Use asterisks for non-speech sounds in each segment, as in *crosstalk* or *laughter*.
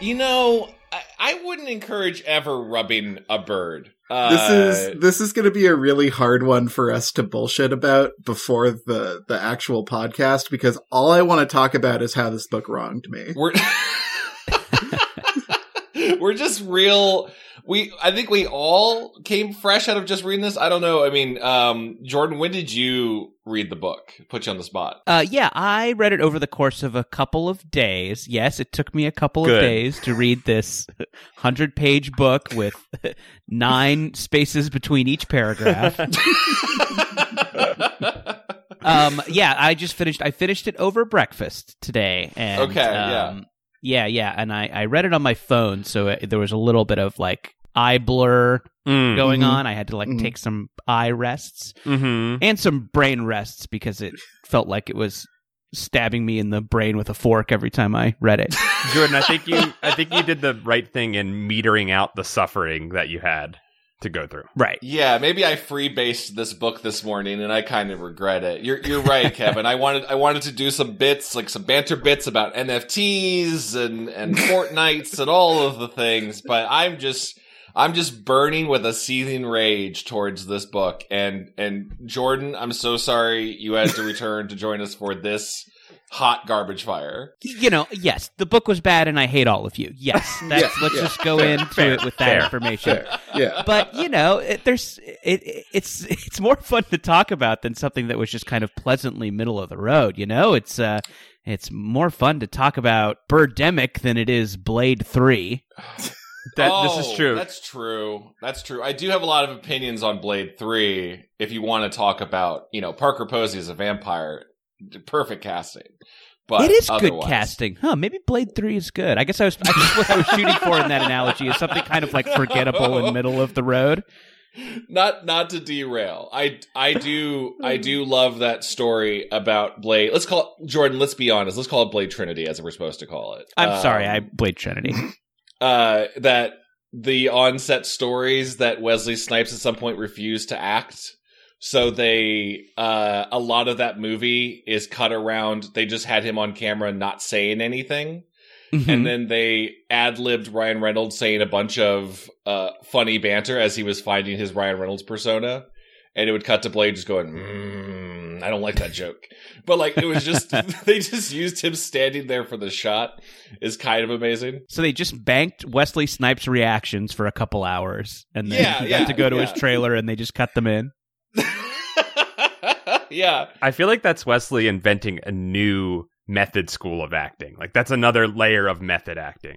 You know, I, I wouldn't encourage ever rubbing a bird. Uh, This is this is going to be a really hard one for us to bullshit about before the the actual podcast because all I want to talk about is how this book wronged *laughs* me. we're we're just real. We I think we all came fresh out of just reading this. I don't know. I mean, um, Jordan, when did you read the book? Put you on the *laughs* spot. *laughs* Uh, yeah, I read it over the course of a couple of days. Yes, it took me a couple Good. of days to *laughs* read this 100 page book with nine spaces between *laughs* each paragraph. Um, yeah, I just finished, I finished it over breakfast today. And, Okay, yeah. um, yeah. Yeah, And I, I read it on my phone, so it, there was a little bit of like eye blur Mm-hmm. Mm. going Mhm. on. I had to like Mhm. take some eye rests Mm-hmm. and some brain rests because it felt like it was stabbing me in the brain with a fork every time I read *laughs* it. Jordan, I think you I think you did the right thing in metering out the suffering that you had to go through. right. Yeah, maybe I free based this book this morning, and I kind of regret it. You're you're right, Kevin. I wanted I wanted to do some bits, like some banter bits about NFTs and and Fortnites and all of the things, but I'm just I'm just burning with a seething rage towards this book. And and Jordan, I'm so sorry you had to return to join us for this hot garbage fire. You know, yes, the book was bad and I hate all of you. *laughs* Yes. That's, Yeah, let's yeah. just go into it with that fair, information. Fair. Yeah. But you know, it, there's it, it, it's *laughs* it's more fun to talk about than something that was just kind of pleasantly middle of the road. You know, it's uh, it's more fun to talk about Birdemic than it is Blade Three. That Oh, this is true. That's true. That's true. I do have a lot of opinions on Blade Three. If you want to talk about, you know, Parker Posey is a vampire, d- perfect casting. But it is good otherwise- casting, huh? Maybe Blade Three is good. I guess I was I guess what I was shooting *laughs* for in that analogy is something kind of like forgettable and middle of the road. *laughs* Not not to derail. I I do *laughs* I do love that story about Blade. Let's call it, Jordan. Let's be honest. Let's call it Blade Trinity, as we're supposed to call it. I'm Um, sorry, I *laughs* Blade Trinity. uh, that the onset stories that Wesley Snipes at some point refused to act. So they, uh, a lot of that movie is cut around. They just had him on camera not saying anything. And Hmm. then they ad libbed Ryan Reynolds saying a bunch of, uh, funny banter as he was finding his Ryan Reynolds persona. And it would cut to Blade just going, mm, I don't like that joke. But like, it was just, *laughs* they just used him standing there for the shot is kind of amazing. so they just banked Wesley Snipes' reactions for a couple hours, and then *laughs* Yeah, he yeah, got to go to his yeah. trailer, and they just cut *laughs* them in. yeah. I feel like that's Wesley inventing a new method school of acting. Like that's another layer of method acting.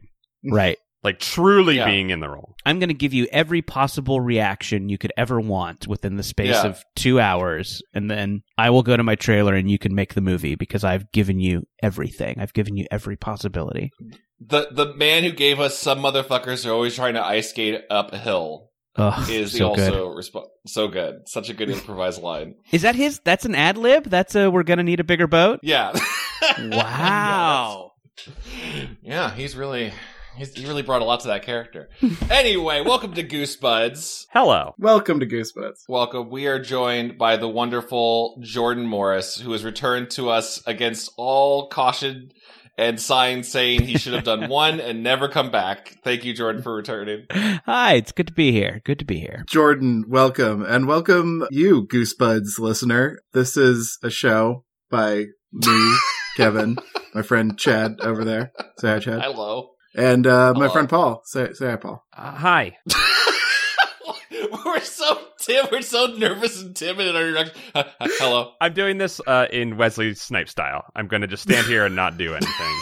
Right. Like truly Yeah. being in the role. I'm going to give you every possible reaction you could ever want within the space Yeah. of two hours, and then I will go to my trailer, and you can make the movie because I've given you everything. I've given you every possibility. The the man who gave us some motherfuckers are always trying to ice skate up a hill Ugh, is the so good. also resp- so good. Such a *laughs* good improvised line. Is that his? That's an ad lib. That's a we're gonna need a bigger boat. Yeah. *laughs* Wow. yeah, he's really he's, he really brought a lot to that character. anyway, welcome to Goosebuds. Hello. Welcome to Goosebuds. Welcome. We are joined by the wonderful Jordan Morris, who has returned to us against all caution and signs saying he should have done one and never come back. Thank you, Jordan, for returning. Hi, it's good to be here. Good to be here. Jordan, welcome and welcome you Goosebuds listener. This is a show by me, Kevin, my friend Chad over there. Say hi Chad. Hello. And uh, my Hello. friend Paul. Say say hi Paul. Uh, hi. *laughs* we're so tim- we're so nervous and timid in our introduction. Uh, uh, *laughs* hello. I'm doing this uh, in Wesley Snipe style. I'm going to just stand here and not do *laughs* anything.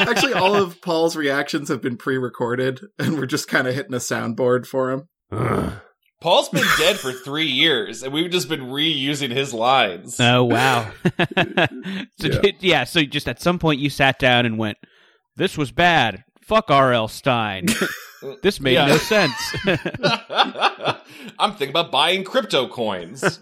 Actually, all of Paul's reactions have been pre-recorded, and we're just kind of hitting a soundboard for him. Ugh. Paul's been dead for three years, and we've just been reusing his lines. Oh wow. so Yeah. did- yeah. *laughs* So just at some point you sat down and went, "This was bad. Fuck R.L. Stein. this made Yeah. no sense." *laughs* I'm thinking about buying crypto coins.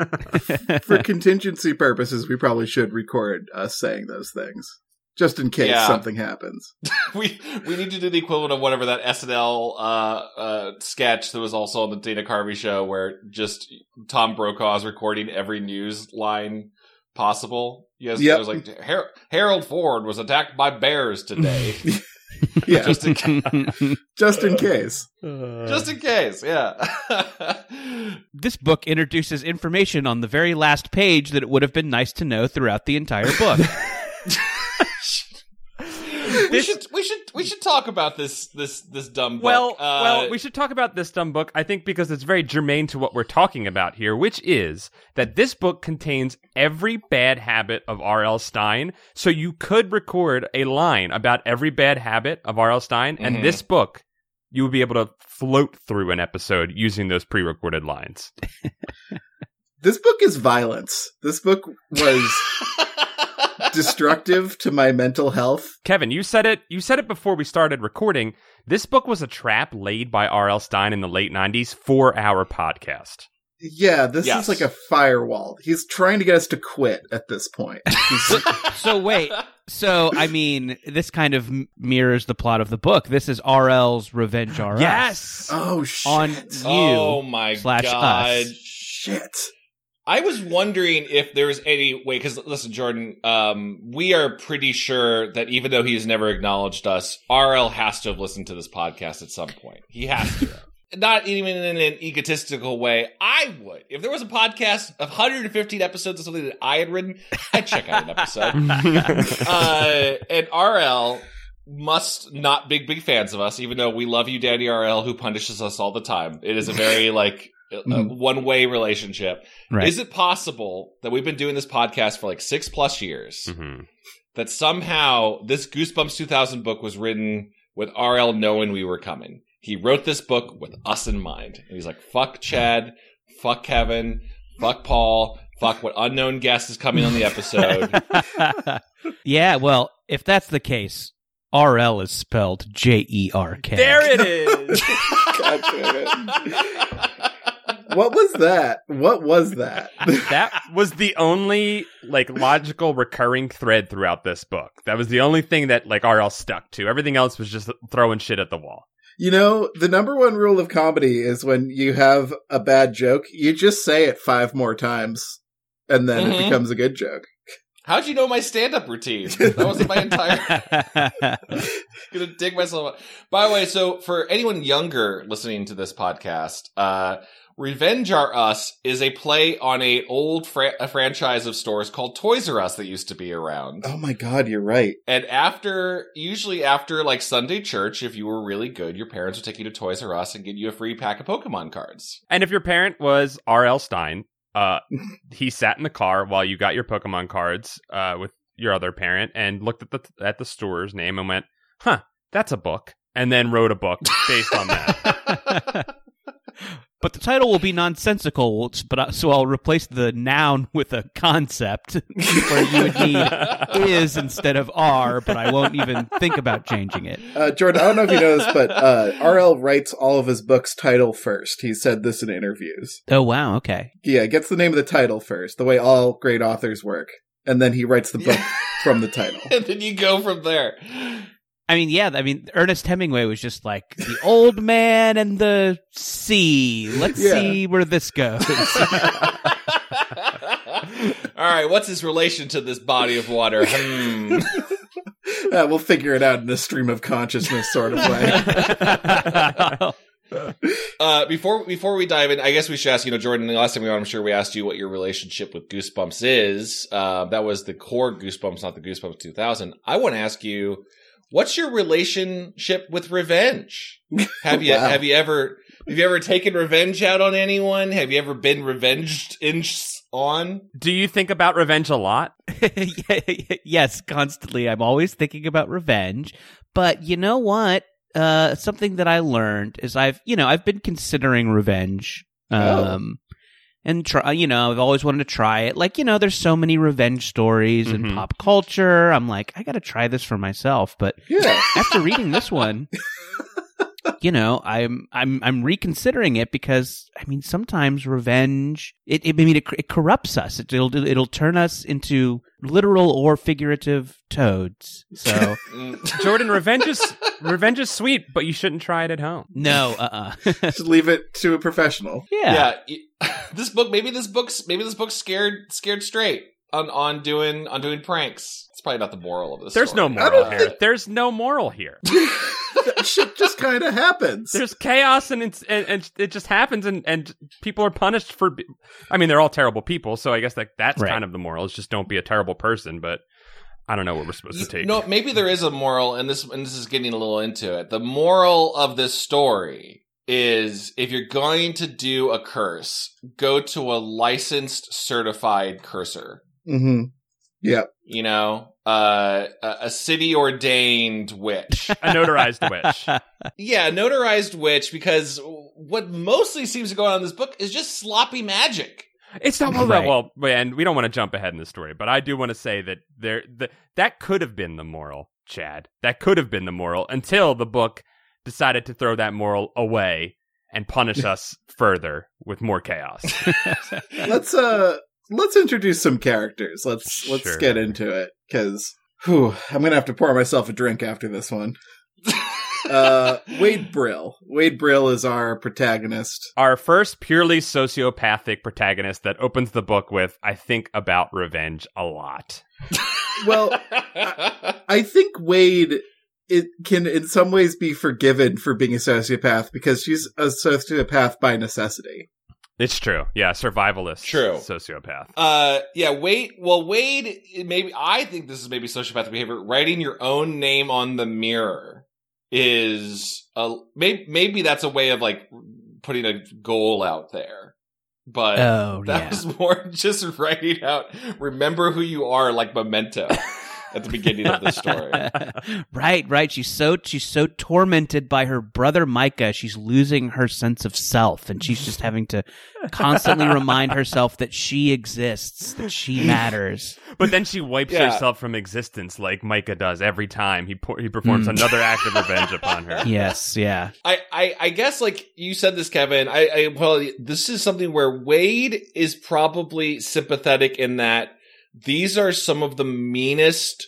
For contingency purposes, we probably should record us saying those things, just in case Yeah. something happens. *laughs* we we need to do the equivalent of whatever that SNL uh, uh, sketch that was also on the Dana Carvey show, where just Tom Brokaw's recording every news line possible. Yes, Yep. *laughs* it was like Har- Harold Ford was attacked by bears today. yeah, just, Just in *laughs* case. in case. Just in case, yeah. *laughs* this book introduces information on the very last page that it would have been nice to know throughout the entire book. we should we should we should talk about this this this dumb book. Well, Uh, *laughs* well, we should talk about this dumb book, I think, because it's very germane to what we're talking about here, which is that this book contains every bad habit of R.L. Stein. So you could record a line about every bad habit of R.L. Stein, Mhm. and this book, you would be able to float through an episode using those pre recorded lines. This book is violence. This book was destructive to my mental health. Kevin, you said it. You said it before we started recording. This book was a trap laid by R.L. Stein in the late '90s for our podcast. Yeah, this Yes. is like a firewall. He's trying to get us to quit at this point. He's- so wait, so I mean, this kind of m- mirrors the plot of the book. This is RL's Revenge *laughs* *laughs* RL. Yes. oh shit. on you. oh my slash god. us. shit. I was wondering if there's any way because listen, Jordan, um, we are pretty sure that even though he has never acknowledged us, RL has to have listened to this podcast at some point. He has to. *laughs* have. Not even in an egotistical way. I would. If there was a podcast of 115 episodes of something that I had written, I'd check out an episode. *laughs* Mm-hmm. uh, and RL must not big big fans of us, even though we love you, Daddy RL, who punishes us all the time. It is a very like Mhm. one way relationship. Right. Is it possible that we've been doing this podcast for like six plus years Mhm. that somehow this Goosebumps 2000 book was written with RL knowing we were coming? He wrote this book with us in mind, and he's like, "Fuck Chad, fuck Kevin, fuck Paul." Fuck what unknown guest is coming on the *laughs* *laughs* episode. yeah, well, if that's the case, RL is spelled J E R K. *laughs* There it is. God damn it. What was that? What was that? that was the only like logical recurring thread throughout this book. That was the only thing that like RL stuck to. Everything else was just throwing shit at the wall. You know, the number one rule of comedy is when you have a bad joke, you just say it five more times and then it Mhm. becomes a good joke. *laughs* How'd you know my stand-up routine? That wasn't my *laughs* entire. gonna dig myself up. By the way, so for anyone younger listening to this podcast, uh, Revenge Are Us is a play on a old fra- a franchise of stores called Toys R Us that used to be around. Oh my god, you're right. And after, usually after like Sunday church, if you were really good, your parents would take you to Toys R Us and give you a free pack of Pokemon cards. And if your parent was RL Stein, uh, he sat in the car while you got your Pokemon cards uh, with your other parent and looked at the at the store's name and went, "Huh, that's a book," and then wrote a book based on that. But the title will be nonsensical, but I- so I'll replace the noun with a concept *laughs* where *laughs* you would need is instead of are, but I won't even think about changing it. Uh, Jordan, I don't know if you know this, but uh, RL writes all of his books title first. He said this in interviews. Oh wow, okay. Yeah, gets the name of the title first, the way all great authors work. And then he writes *laughs* the book *laughs* from the title. and then you go from *laughs* there. *laughs* I mean, yeah, I mean Ernest Hemingway was just like the old man and the sea. Let's Yeah. see where this goes. All right, what's his relation to this body of water? Hmm. Uh, we'll figure it out in a stream of consciousness sort of *laughs* way. Uh, before before we dive in, I guess we should ask. You know, Jordan, the last time we were on, I'm sure we asked you what your relationship with Goosebumps is. Uh, that was the core Goosebumps, not the Goosebumps 2000. I want to ask you, what's your relationship with revenge? Have you Wow. have you ever have you ever taken revenge out on anyone? Have you ever been revenged in on? *laughs* Do you think about revenge a lot? *laughs* yes, constantly. I'm always thinking about revenge. But you know what? Uh, something that I learned is I've, you know, I've been considering revenge. Um, and try, you know, I've always wanted to try it. Like, you know, there's so many revenge stories in Mhm. pop culture. I'm like, I got to try this for myself. But Yeah. after reading this one, you know, I'm I'm I'm reconsidering it because I mean, sometimes revenge it it I mean it, it corrupts us. It, it'll it'll turn us into literal or figurative toads. So Mm. Jordan, revenge is revenge is sweet, but you shouldn't try it at home. no, uh, uh Just leave it to a professional. yeah. yeah, y- *laughs* this book maybe this book's maybe this book's scared scared straight on on doing on doing pranks. It's probably not the moral of this. There's story. no moral here. There's no moral here. that *laughs* shit just kind of happens. There's chaos and it's and, and it just happens and and people are punished for. be- I mean, they're all terrible people, so I guess that that's Right. kind of the moral. Is just don't be a terrible person. But I don't know what we're supposed to You- take. No, maybe there is a moral, and this and this is getting a little into it. The moral of this story is if you're going to do a curse, go to a licensed, certified cursor. Mm-hmm. You know, uh, a, a city ordained witch. A notarized *laughs* witch. yeah, notarized witch. Because what mostly seems to go on in this book is just sloppy magic. It's not well, Right. well, and we don't want to jump ahead in the story, but I do want to say that there the, that could have been the moral, Chad. That could have been the moral until the book decided to throw that moral away and punish us further with more chaos. let's uh let's introduce some characters. Let's let's Sure. get into it because I'm gonna have to pour myself a drink after this one. *laughs* Uh, Wade Brill. Wade Brill is our protagonist. Our first purely sociopathic protagonist that opens the book with I think about revenge a lot. Well, I think Wade it can in some ways be forgiven for being a sociopath because she's a sociopath by necessity. It's true. Yeah, survivalist True. sociopath. Uh, yeah, Wade. Well, Wade, maybe, I think this is maybe sociopathic behavior. Writing your own name on the mirror is, a, maybe, maybe that's a way of like putting a goal out there. But oh that yeah. was more *laughs* just writing out, remember who you are, like *laughs* memento at the beginning of the story. right, right. She's so she's so tormented by her brother Micah. She's losing her sense of self, and she's just having to constantly remind herself that she exists, that she matters. But then she *laughs* wipes Yeah. herself from existence like Micah does every time he por- he performs Mm. another act of revenge upon her. Yes, *laughs* yeah. I, I, I guess like you said this, Kevin. I, I well, this is something where Wade is probably sympathetic in that these are some of the meanest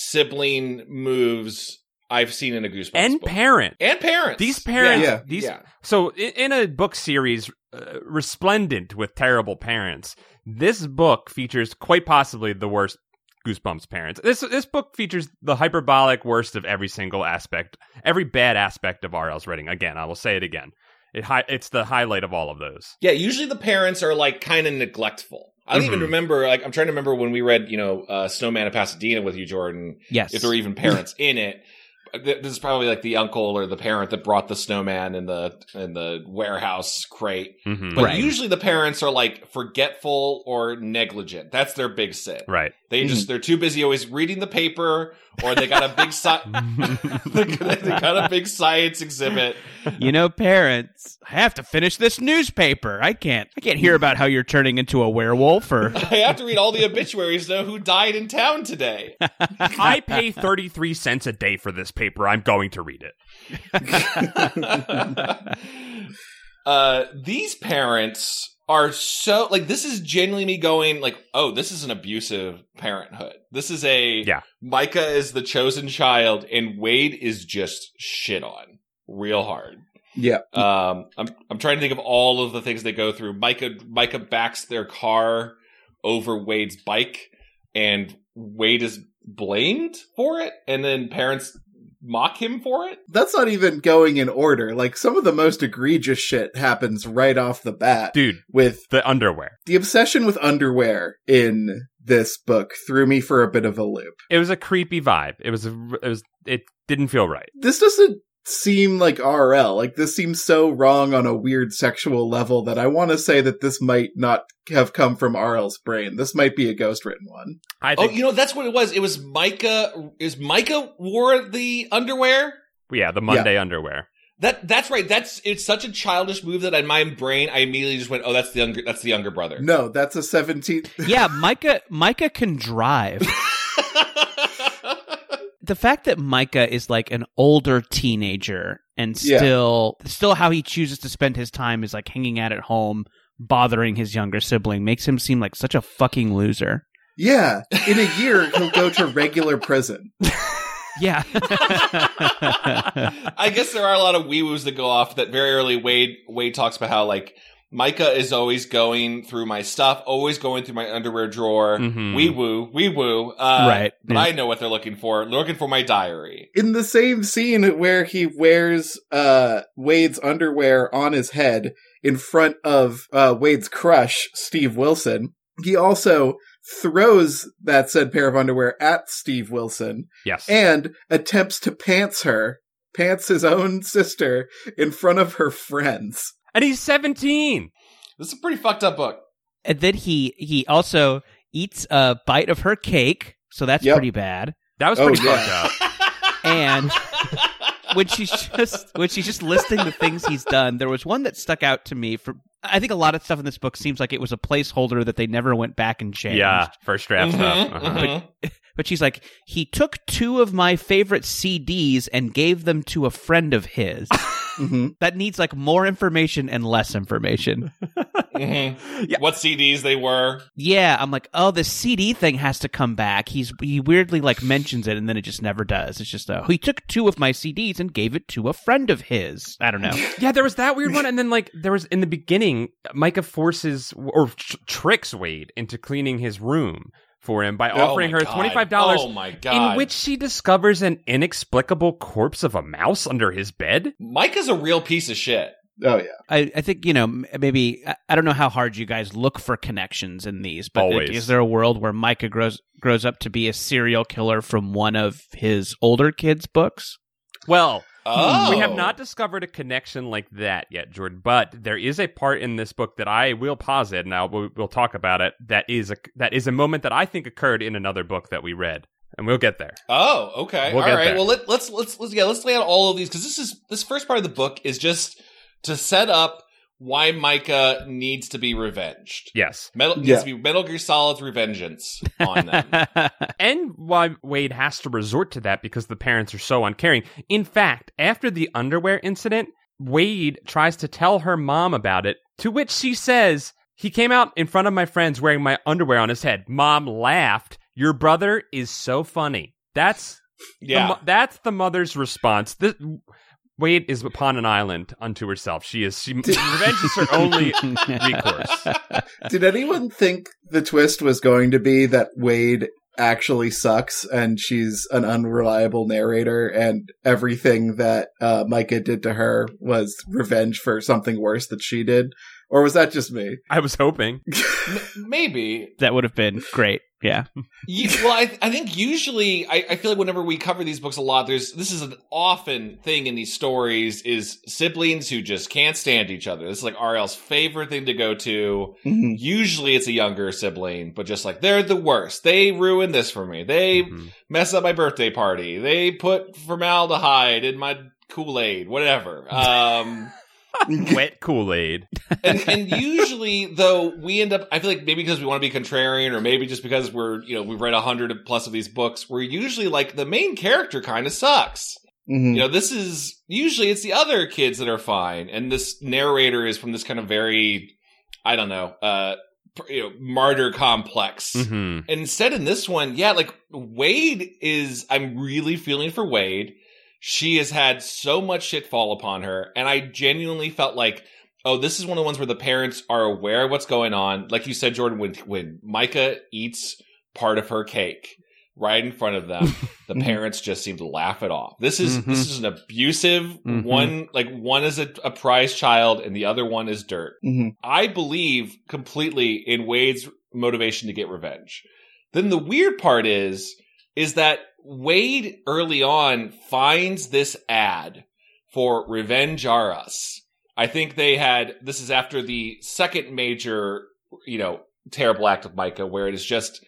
sibling moves I've seen in a Goosebumps And book. parent. and parents. These parents, Yeah. these yeah. so in, in a book series uh, resplendent with terrible parents, this book features quite possibly the worst Goosebumps parents. This this book features the hyperbolic worst of every single aspect, every bad aspect of RL's writing. Again, I will say it again. It hi- it's the highlight of all of those. Yeah, usually the parents are like kind of neglectful. I don't even Mhm. remember. Like, I'm trying to remember when we read, you know, uh, Snowman of Pasadena with you, Jordan. Yes. if there were even parents in it. Th- This is probably like the uncle or the parent that brought the snowman in the in the warehouse crate. Mhm. But Right. usually the parents are like forgetful or negligent. That's their big sin. Right. They just they're too busy always reading the paper or they got a big *laughs* sci- *laughs* they got a big science exhibit. you know, parents, I have to finish this newspaper. I can't I can't hear about how you're turning into a *laughs* werewolf or I have to read all the obituaries to know who died in town today. I pay 33 cents a day for this paper. I'm going to read it. *laughs* uh, these parents are so like this is genuinely me going like oh this is an abusive parenthood this is a Yeah. micah is the chosen child and wade is just shit on real hard Yeah. um i'm i'm trying to think of all of the things they go through micah micah backs their car over wade's bike and wade is blamed for it and then parents mock him for it That's not even going in order. Like some of the most egregious shit happens right off the bat Dude, with the underwear. the obsession with underwear in this book threw me for a bit of a loop. It was a creepy vibe. It was a, it was it didn't feel right. This doesn't seem like RL. Like this seems so wrong on a weird sexual level that I want to say that this might not have come from RL's brain. This might be a ghostwritten one. I Oh, think you know that's what it was. It was Micah. Is Micah wore the underwear? yeah, the Monday underwear. That that's right. That's it's such a childish move that in my brain I immediately just went, "Oh, that's the younger that's the younger *laughs* brother." No, that's a 17. Yeah, Micah Micah can drive. the fact that Micah is like an older teenager and Yeah. still still how he chooses to spend his time is like hanging out at home bothering his younger sibling makes him seem like such a fucking loser. Yeah, in a year he'll go to regular prison. Yeah. I guess there are a lot of wee woos that go off that very early Wade Wade talks about how like Micah is always going through my stuff, always going through my underwear drawer. Mhm. Wee woo, wee woo. Uh, right. But I know what they're looking for. They're looking for my diary. in the same scene where he wears uh Wade's underwear on his head in front of uh Wade's crush, Steve Wilson, he also throws that said pair of underwear at Steve Wilson Yes. and attempts to pants her, pants his own sister in front of her friends. and he's 17. This is a pretty fucked up book. *laughs* And then he he also eats a bite of her cake, so that's Yep. pretty bad. That was Oh, pretty yeah. fucked *laughs* up. And when she's just when she's just listing the things he's done, there was one that stuck out to me. For I think a lot of stuff in this book seems like it was a placeholder that they never went back and changed. Yeah, first draft Mhm, stuff. Uh-huh. mhm. But she's like, he took two of my favorite CDs and gave them to a friend of his. hmm that needs like more information and less information. Mhm. Yeah. What CDs they were. Yeah, I'm like, oh, the CD thing has to come back. He's he weirdly like mentions it and then it just never does. It's just oh, he took two of my CDs and gave it to a friend of his. I don't know. *laughs* Yeah, there was that weird one, and then like there was in the beginning, Micah forces or tr- tricks Wade into cleaning his room for him by offering Oh my her God. twenty five dollars, Oh my god! in which she discovers an inexplicable corpse of a mouse under his bed. Mike is a real piece of shit. Oh yeah. I, I think you know m- maybe I, I don't know how hard you guys look for connections in these, but like, Always. is there a world where Micah grows grows up to be a serial killer from one of his older kids' books? Well, Oh, Hmm, we have not discovered a connection like that yet, Jordan. But there is a part in this book that I will posit, and I'll, we'll, we'll talk about it. That is a that is a moment that I think occurred in another book that we read, and we'll get there. Oh, okay. We'll all get right. there. Well, let, let's let's let's yeah, let's lay out all of these because this is this first part of the book is just to set up why Micah needs to be revenged. Yes. *laughs* Metal Yeah. needs to be Metal Gear Solid's revengeance on *laughs* them. and why Wade has to resort to that because the parents are so uncaring. In fact, after the underwear incident, Wade tries to tell her mom about it, to which she says, He came out in front of my friends wearing my underwear on his head. Mom laughed. Your brother is so funny. That's the, yeah. mo- that's the mother's response. This, Wade is upon an island unto herself. She is *laughs* she revenge is her *laughs* only recourse. Did anyone think the twist was going to be that Wade actually sucks and she's an unreliable narrator and everything that uh, Micah did to her was revenge for something worse that she did? Or was that just me? I was hoping. M- maybe that would have been great. Yeah. Ye- well, I, I think usually I, I feel like whenever we cover these books a lot, there's this is an often thing in these stories is siblings who just can't stand each other. This is like RL's favorite thing to go to. Mhm. Usually it's a younger sibling, but just like they're the worst. They ruin this for me. They Mhm. mess up my birthday party. They put formaldehyde in my Kool Aid, whatever. Um, Wet Kool Aid. and, and usually though we end up i feel like maybe because we want to be contrarian or maybe just because we're you know we've read a hundred plus of these books we're usually like the main character kind of sucks Mhm. you know this is usually it's the other kids that are fine and this narrator is from this kind of very i don't know uh pr- you know martyr complex hmm Instead, in this one, yeah, like Wade is, I'm really feeling for Wade. She has had so much shit fall upon her, and I genuinely felt like, oh, this is one of the ones where the parents are aware of what's going on. Like you said, Jordan, when when Micah eats part of her cake right in front of them, the parents just seem to laugh it off. This is this is an abusive Mhm. one. Like one is a, a prize child, and the other one is dirt. Mhm. I believe completely in Wade's motivation to get revenge. Then the weird part is, is that Wade early on finds this ad for Revenge Are Us. I think they had, this is after the second major, you know, terrible act of Micah, where it is just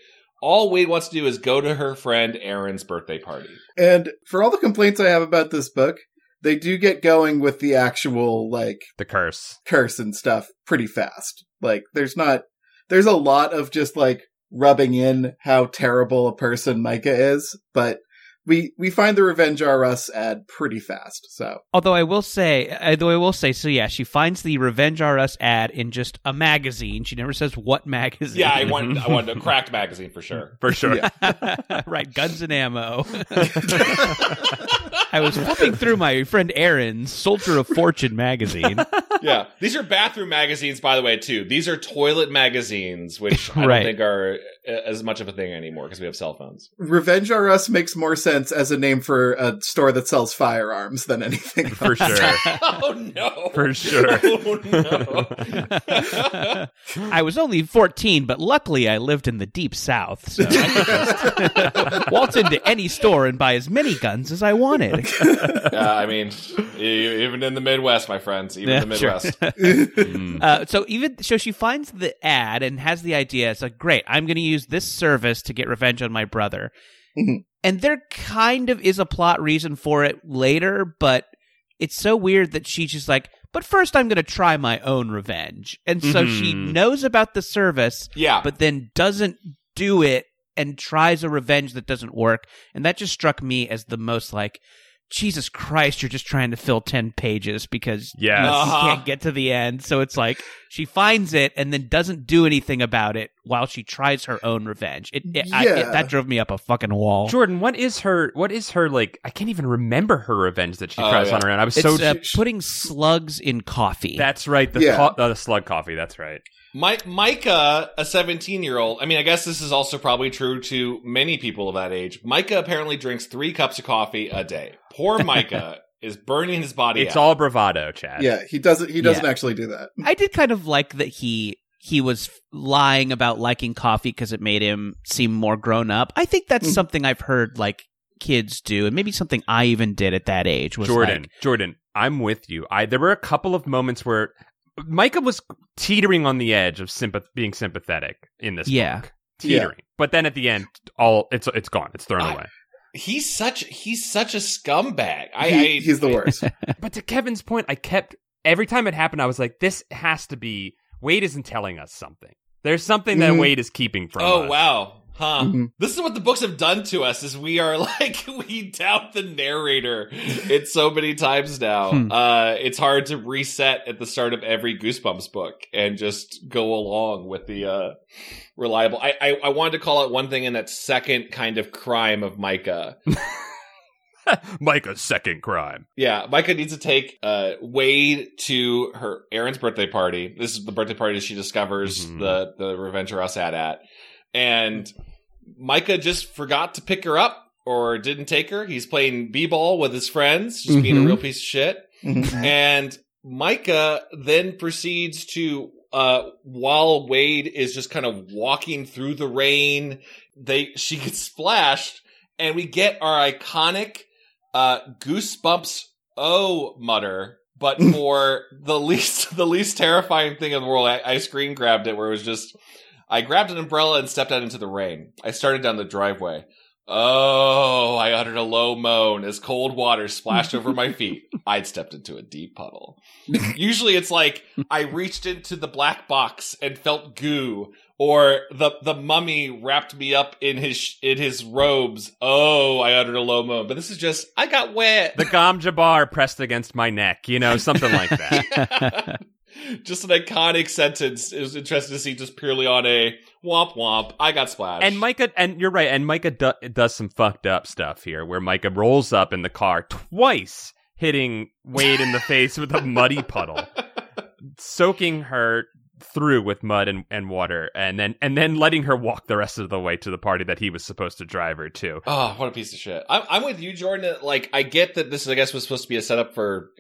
all Wade wants to do is go to her friend Aaron's birthday party. And for all the complaints I have about this book, they do get going with the actual, like, The curse. curse and stuff pretty fast. Like there's not there's a lot of just like rubbing in how terrible a person Micah is, but we we find the Revenge R Us ad pretty fast. So Although I will say, although I will say, so yeah, she finds the Revenge R Us ad in just a magazine. She never says what magazine. Yeah, *laughs* I want, I *laughs* want a cracked magazine for sure. For sure. Yeah. right, guns and ammo. *laughs* I was flipping through my friend Aaron's Soldier of Fortune magazine. yeah. These are bathroom magazines, by the way, too. These are toilet magazines, which I Right. don't think are a- as much of a thing anymore because we have cell phones. Revenge R Us makes more sense as a name for a store that sells firearms *laughs* than anything. else. *laughs* for sure. *laughs* oh no! For sure. *laughs* Oh no! I was only 14, but luckily I lived in the deep south, so I could just *laughs* waltz into any store and buy as many guns as I wanted. Yeah, I mean, e- even in the Midwest, my friends, even in the Yeah, sure. Midwest. Mm. Uh, so even so, she finds the ad and has the idea. It's like, great, I'm going to use this service to get revenge on my brother. Mhm. and there kind of is a plot reason for it later, but it's so weird that she's just like, but first I'm going to try my own revenge. And so she Mhm. knows about the service, Yeah, but then doesn't do it and tries a revenge that doesn't work. And that just struck me as the most like. Jesus Christ, you're just trying to fill 10 pages because Yes. you Uh-huh. can't get to the end. So it's like she finds it and then doesn't do anything about it while she tries her own revenge. It, it, I, Yeah. it that drove me up a fucking wall. Jordan, what is her? What is her like? I can't even remember her revenge that she Oh, tries yeah. on her own. I was It's so. uh, putting slugs in coffee. that's right. The, Yeah. co- the slug coffee. That's right. Mi- Micah, a 17 year old, I mean, I guess this is also probably true to many people of that age. Micah apparently drinks three cups of coffee a day. Poor Micah is burning his body It's out. all bravado, Chad. yeah, he doesn't. He doesn't Yeah. actually do that. I did kind of like that he he was lying about liking coffee because it made him seem more grown up. I think that's Mhm. something I've heard like kids do, and maybe something I even did at that age. Was Jordan, like, Jordan, I'm with you. I there were a couple of moments where Micah was teetering on the edge of sympath- being sympathetic in this. Yeah. *laughs* book. teetering. But then at the end, all it's it's gone. It's thrown I- *laughs* away. he's such he's such a scumbag. I, He- I *laughs* he's the worst. But to Kevin's point, I kept every time it happened, I was like, this has to be Wade isn't telling us something. There's something that Mhm. Mm-hmm. Wade is keeping from Oh us. wow. Huh. Mhm. This is what the books have done to us is we are *laughs* like we doubt the narrator it's so many times now. Hmm. Uh it's hard to reset at the start of every Goosebumps book and just go along with the uh reliable I I, I wanted to call out one thing in that second kind of crime of Micah. Micah's second crime. Yeah, Micah needs to take uh, Wade to her Aaron's birthday party. This is the birthday party she discovers Mhm. the the Revenger Us ad at, and Micah just forgot to pick her up or didn't take her. He's playing b ball with his friends, just being a Mhm. real piece of shit. Mhm. And Micah then proceeds to, uh, while Wade is just kind of walking through the rain, they, she gets splashed and we get our iconic, uh, goosebumps oh mutter. But for the least, *laughs* the least terrifying thing in the world, I, I screen grabbed it where it was just, I grabbed an umbrella and stepped out into the rain. I started down the driveway. Oh, I uttered a low moan as cold water splashed over my feet. I'd stepped into a deep puddle. Usually it's like I reached into the black box and felt goo or the the mummy wrapped me up in his sh- in his robes. Oh, I uttered a low moan, but this is just I got wet. The Gamja bar pressed against my neck, you know, something *laughs* like that. *laughs* just an iconic sentence. It was interesting to see just purely on a womp womp. I got splashed. and Micah, and you're right, and Micah do, does some fucked up stuff here where Micah rolls up in the car twice, hitting Wade in the face with a muddy puddle, soaking her through with mud and, and water, and then and then letting her walk the rest of the way to the party that he was supposed to drive her to. Oh, what a piece of shit! I'm, I'm with you, Jordan. Like, I get that this, I guess, was supposed to be a setup for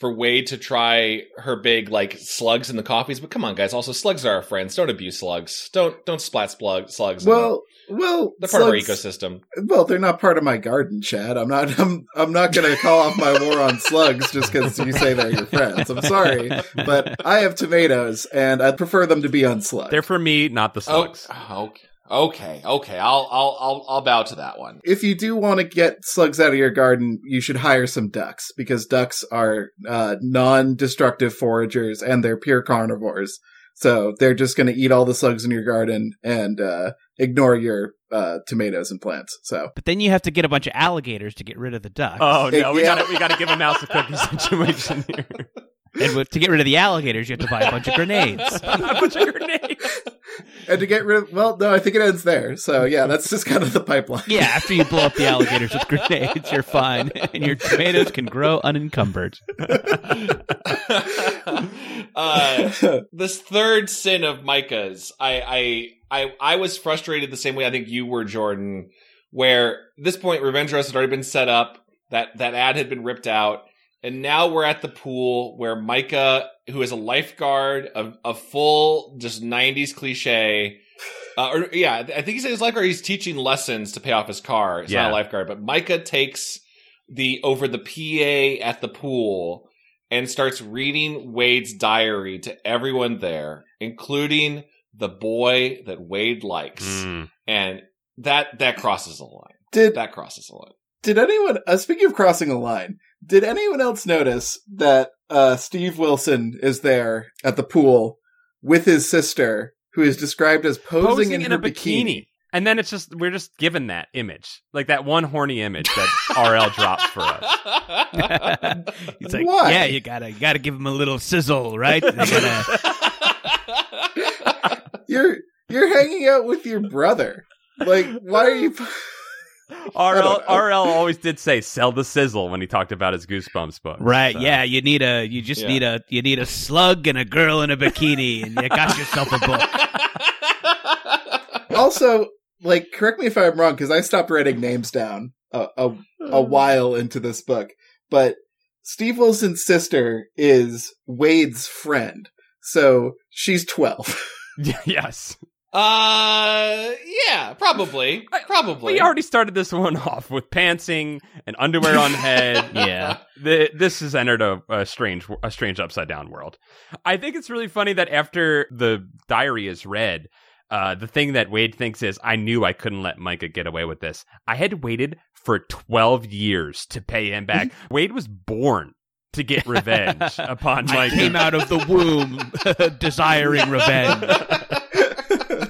for Wade to try her big like slugs in the coffees. But come on, guys! Also, slugs are our friends. Don't abuse slugs. Don't don't splat slug, slugs. in Well, well, the- they're part slugs- of our ecosystem. Well, they're not part of my garden, Chad. I'm not. *laughs* I'm. I'm not going to call off my war on slugs just because you say they're your friends. I'm sorry, but I have tomatoes, and I prefer them to be on slugs. They're for me, not the slugs. Oh, okay, okay, okay. I'll I'll I'll I'll bow to that one. if you do want to get slugs out of your garden, you should hire some ducks because ducks are uh, non-destructive foragers and they're pure carnivores. So they're just going to eat all the slugs in your garden and uh, ignore your uh, tomatoes and plants. So but then you have to get a bunch of alligators to get rid of the ducks. Oh no, we Yeah. gotta we gotta give a mouse a cookie situation here. *laughs* And with, to get rid of the alligators, you have to buy a bunch *laughs* of grenades. a bunch of grenades. And to get rid of, well, no, I think it ends there. So yeah, that's just kind of the pipeline. *laughs* Yeah, after you blow up the alligators with grenades, you're fine, and your tomatoes can grow unencumbered. uh, this third sin of Micah's, I, I, I, I was frustrated the same way I think you were, Jordan. Where at this point, Revenge Rust had already been set up. That that ad had been ripped out, and now we're at the pool where Micah, who is a lifeguard, a, a full just '90s cliche. Uh, or yeah, I think he's a lifeguard. He's teaching lessons to pay off his car. It's not a Yeah. lifeguard, but Micah takes the over the PA at the pool and starts reading Wade's diary to everyone there, including the boy that Wade likes. Mm. And that that crosses a line. *laughs* Did That crosses a line. did anyone? Uh, speaking of crossing a line, did anyone else notice that uh, Steve Wilson is there at the pool with his sister, who is described as posing, Posing in, in her a bikini. And then it's just we're just given that image, like that one horny image that RL drops for *laughs* us. *laughs* He's like, Why? yeah, you gotta you gotta give them a little sizzle, right? They gotta- You're you're hanging out with your brother. Like, why are you? po- RL don't know. RL always did say sell the sizzle when he talked about his Goosebumps book. right? So- Yeah, you need a you just Yeah. need a you need a slug and a girl in a bikini, and you got yourself a *laughs* book. also, like, correct me if I'm wrong because I stopped writing names down a, a Uh. a while into this book, but Steve Wilson's sister is Wade's friend, so she's twelve. *laughs* yes. uh yeah, probably. Probably. We already started this one *laughs* off with pantsing and underwear on head. *laughs* Yeah. the, this has entered a, a strange a strange upside down world. I think it's really funny that after the diary is read, uh, the thing that Wade thinks is, "I knew I couldn't let Micah get away with this. I had waited for twelve years to pay *laughs* him back. Wade was born to get revenge upon I Micah." came out of the womb *laughs* *laughs* desiring revenge. *laughs*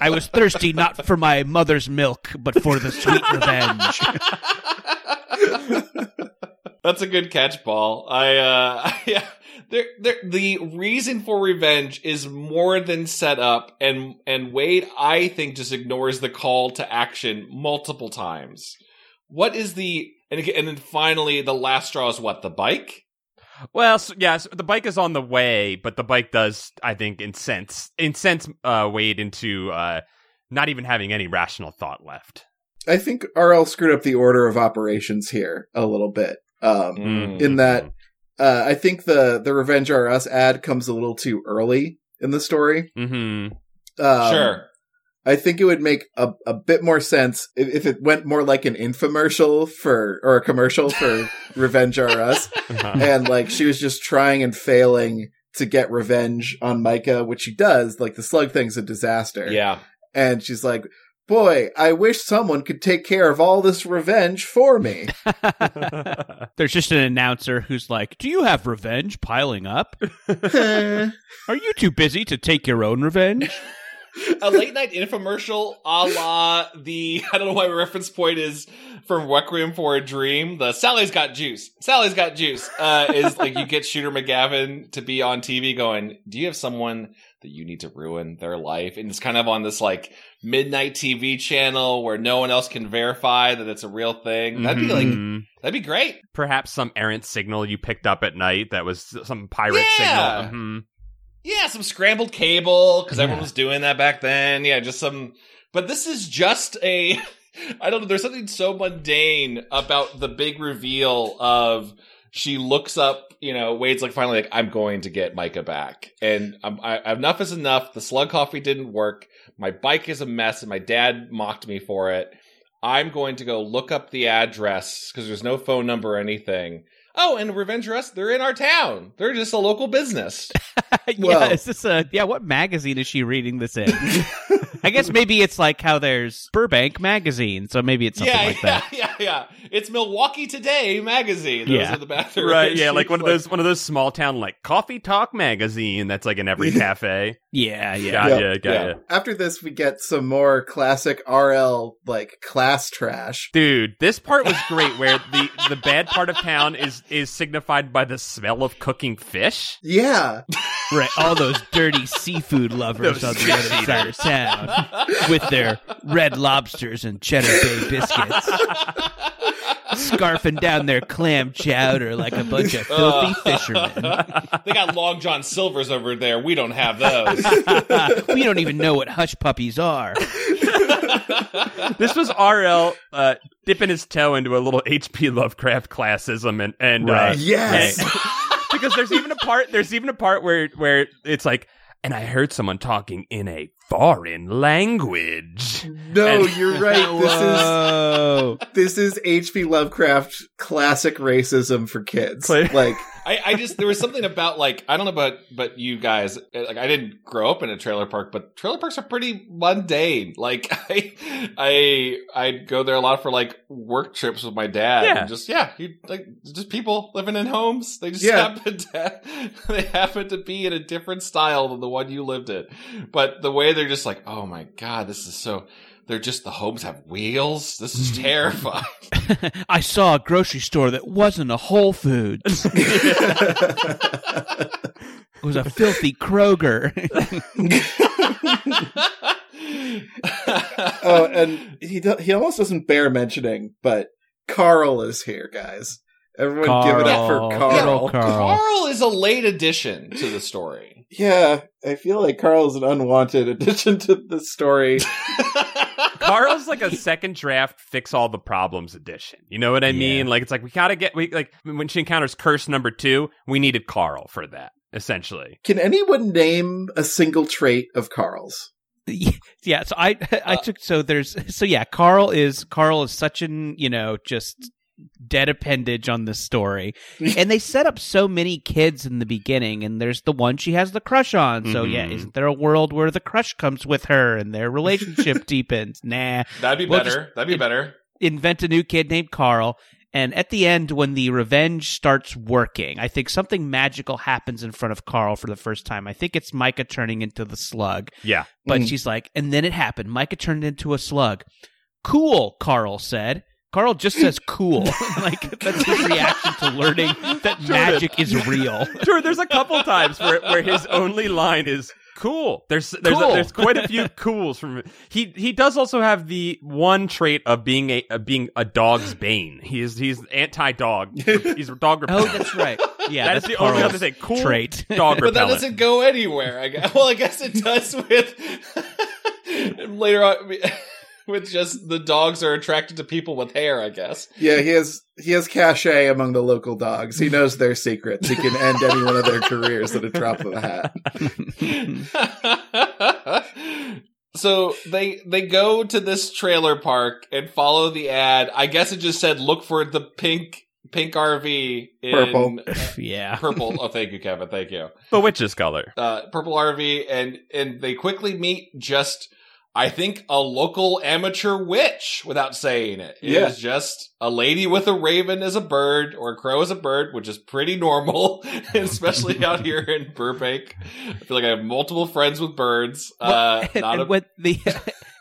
I was thirsty not for my mother's milk, but for the sweet revenge. That's a good catch, Paul. I uh *laughs* yeah. There, there, the reason for revenge is more than set up, and and Wade, I think, just ignores the call to action multiple times. What is the and again, and then finally the last straw is what the bike. Well, so, yes, the bike is on the way, but the bike does, I think, incense incense uh, Wade into uh, not even having any rational thought left. I think RL screwed up the order of operations here a little bit. Um, Mm. In that, uh, I think the the Revenge R Us ad comes a little too early in the story. hmm *laughs* Um, sure. I think it would make a, a bit more sense if, if it went more like an infomercial for or a *laughs* commercial for Revenge R Us, and like she was just trying and failing to get revenge on Micah, which she does. Like the slug thing's a disaster, Yeah. And she's like, "Boy, I wish someone could take care of all this revenge for me." *laughs* There's just an announcer who's like, Do you have revenge piling up? Are you too busy to take your own revenge? a late night infomercial a la the I don't know why my reference point is from Requiem for a Dream. The Sally's got juice. Sally's got juice. Uh, is like you get Shooter McGavin to be on TV going, Do you have someone that you need to ruin their life? And it's kind of on this like midnight TV channel where no one else can verify that it's a real thing. That'd be like Mhm. that'd be great. perhaps some errant signal you picked up at night that was some pirate Yeah. *laughs* signal. hmm Yeah, some scrambled cable because Yeah. everyone was doing that back then. Yeah, just some. But this is just a. *laughs* I don't know. There's something so mundane about the big reveal of she looks up. You know, Wade's like finally like I'm going to get Micah back, and I'm, I, enough is enough. The slug coffee didn't work. My bike is a mess, and my dad mocked me for it. I'm going to go look up the address because there's no phone number or anything. Oh, and Revenge Us, they're in our town. They're just a local business. yeah, Well- is this a yeah? What magazine is she reading this in? I guess maybe it's like how there's Burbank magazine, so maybe it's something yeah, *laughs* like yeah, that. yeah, yeah. It's Milwaukee Today magazine. Those Yeah. are the bathroom. *laughs* Right, yeah, like one of those one of those small town like coffee talk magazine that's like *laughs* in every cafe. Yeah, yeah. Got ya, got yeah. ya. After this, we get some more classic RL like class trash. Dude, this part was great where the the bad part of town is is signified by the smell of cooking fish. Yeah, Right, all those dirty seafood lovers Those on the other side of town with their red lobsters and cheddar bay biscuits, scarfing down their clam chowder like a bunch of filthy fishermen. they got Long John Silver's over there. We don't *laughs* have those. *laughs* we don't even know what hush puppies are. This was RL uh, dipping his toe into a little HP Lovecraft classism and and *laughs* uh, Right. yes. *laughs* because there's even a part there's even a part where where it's like and I heard someone talking in a foreign language. No, *laughs* And- you're right. This is Whoa. this is H.P. Lovecraft classic racism for kids. Cla- *laughs* Like, I, I just there was something about like I don't know about but you guys eh, like I didn't grow up in a trailer park, but trailer parks are pretty mundane. *laughs* Like I I I'd go there a lot for like work trips with my dad. Yeah. and just yeah, you like just people living in homes. They just Yeah. happen to *laughs* they happen to be in a different style than the one you lived in. But the way they're just like, oh my god, this is so. They're just the homes have wheels. This *laughs* is terrifying. *laughs* I saw a grocery store that wasn't a Whole Foods. it was a filthy Kroger. oh, and he do- he almost doesn't bear mentioning, but Carl is here, guys. Everyone, give it up for Carl. Carl. Carl. Carl is a late addition to the story. Yeah, I feel like Carl is an unwanted *laughs* addition to the story. Carl's like a second draft fix all the problems edition. You know what I mean? Like it's like we gotta get we like when she encounters curse number two, we needed Carl for that, essentially. Can anyone name a single trait of Carl's? yeah, so I *laughs* I took so there's so yeah, Carl is Carl is such an, you know, just dead appendage on this story. And they set up so many kids in the beginning and there's the one she has the crush on. So yeah, Mhm. isn't there a world where the crush comes with her and their relationship deepens? Nah. That'd be Well, better. That'd be better. invent a new kid named Carl. And at the end, when the revenge starts working, I think something magical happens in front of Carl for the first time. I think it's Micah turning into the slug. Yeah. But Mm. she's like, and then it happened. Micah turned into a slug. Cool, Carl said. Carl just says cool. *laughs* like, that's his reaction to learning *laughs* that magic is real. Sure, there's a couple times where where his only line is cool. There's there's Cool. there's quite a few cools from he he does also have the one trait of being a of being a dog's bane. He is he's anti dog. He's dog Oh, repellent. that's right. Yeah, that is that's the only Carl's other thing. Cool trait. *laughs* dog But that repellent. doesn't go anywhere. I guess. *laughs* Well, I guess it does with *laughs* later on with just the dogs are attracted to people with hair. I guess. *laughs* Yeah, he has he has cachet among the local dogs. He knows their secrets. He can end any one of their careers at a drop of a hat. so they they go to this trailer park and follow the ad. I guess it just said look for the pink pink RV in Purple. yeah. purple. Oh, thank you, Kevin. Thank you. the witch's color. uh, purple RV, and and they quickly meet just I think a local amateur witch without saying it. It Yeah. was just a lady with a raven as a bird or a crow as a bird, which is pretty normal, *laughs* especially out here in Burbank. I feel like I have multiple friends with birds. Uh, *laughs* and, not and a, *laughs* when the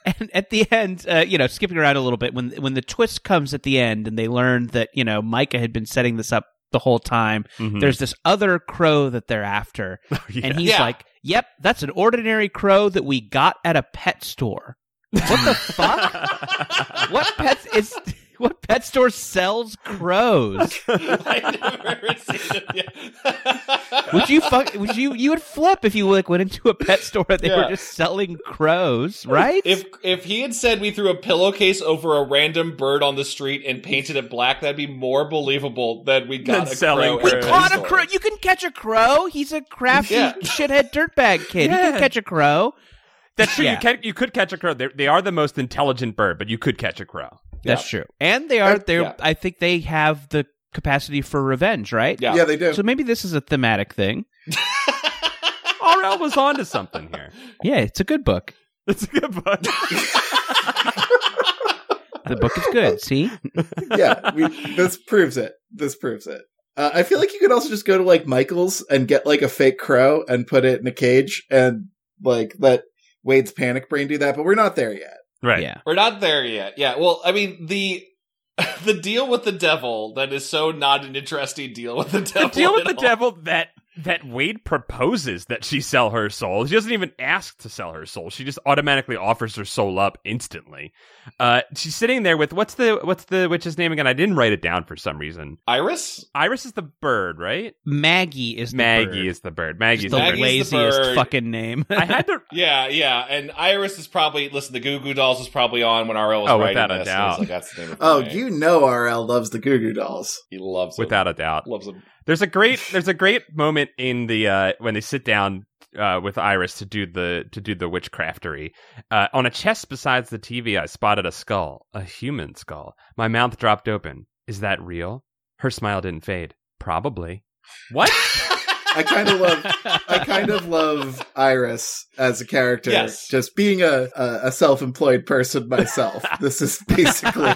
and at the end, uh, you know, skipping around a little bit, when when the twist comes at the end, and they learn that you know Micah had been setting this up the whole time. There's this other crow that they're after, Mm-hmm. *laughs* Yeah. and he's Hmm. Yeah. like, "Yep, that's an ordinary crow that we got at a pet store." What *laughs* the fuck? What pet is? What pet store sells *laughs* crows? I never seen it. *laughs* Yeah. Would you fuck? Would you? You would flip if you like went into a pet store. and They Yeah. were just selling crows, right? If if he had said we threw a pillowcase over a random bird on the street and painted it black, that'd be more believable than we got Than a selling crow. We at caught a store. crow. You can catch a crow. He's a crafty Yeah. shithead dirtbag kid. You Yeah. can catch a crow. *laughs* That's true. Yeah. You can you could catch a crow. They're, they are the most intelligent bird, but you could catch a crow. That's true. And they are Uh, there. yeah. I think they have the capacity for revenge, right? Yeah. Yeah, they do. So maybe this is a thematic thing. RL was onto something here. Yeah, it's a good book. That's a good book. The book is good. See, yeah, we, this proves it. This proves it. Uh, I feel like you could also just go to like Michael's and get like a fake crow and put it in a cage and like let Wade's panic brain do that, but we're not there yet. *laughs* Right. yeah, *laughs* We're not there yet. Yeah. Well, I mean the *laughs* the deal with the devil that is so not an interesting deal with the devil. The deal with at the all. devil that that Wade proposes that she sell her soul. She doesn't even ask to sell her soul. She just automatically offers her soul up instantly. Uh, she's sitting there with what's the what's the witch's name again? I didn't write it down for some reason. Iris. Iris is the bird, right? Maggie is the Maggie bird. is the bird. Maggie's the the bird. Maggie's la- laziest bird. fucking name. *laughs* I had to. Yeah, yeah, and Iris is probably listen. The Goo Goo Dolls was probably on when RL was Oh, writing without a this. and doubt. it's Like, That's the name of the Oh, name. you know RL loves the Goo Goo Dolls. He loves them. Without a doubt, loves them. there's a great *laughs* there's a great moment in the uh, when they sit down uh, with Iris to do the to do the witchcraftery. Uh, on a chest besides the TV, I spotted a skull, a human skull. My mouth dropped open. Is that real? Her smile didn't fade. Probably. *laughs* What? *laughs* I kind of love. I kind of love Iris as a character. Yes. Just being a, a, a self-employed person myself. this is basically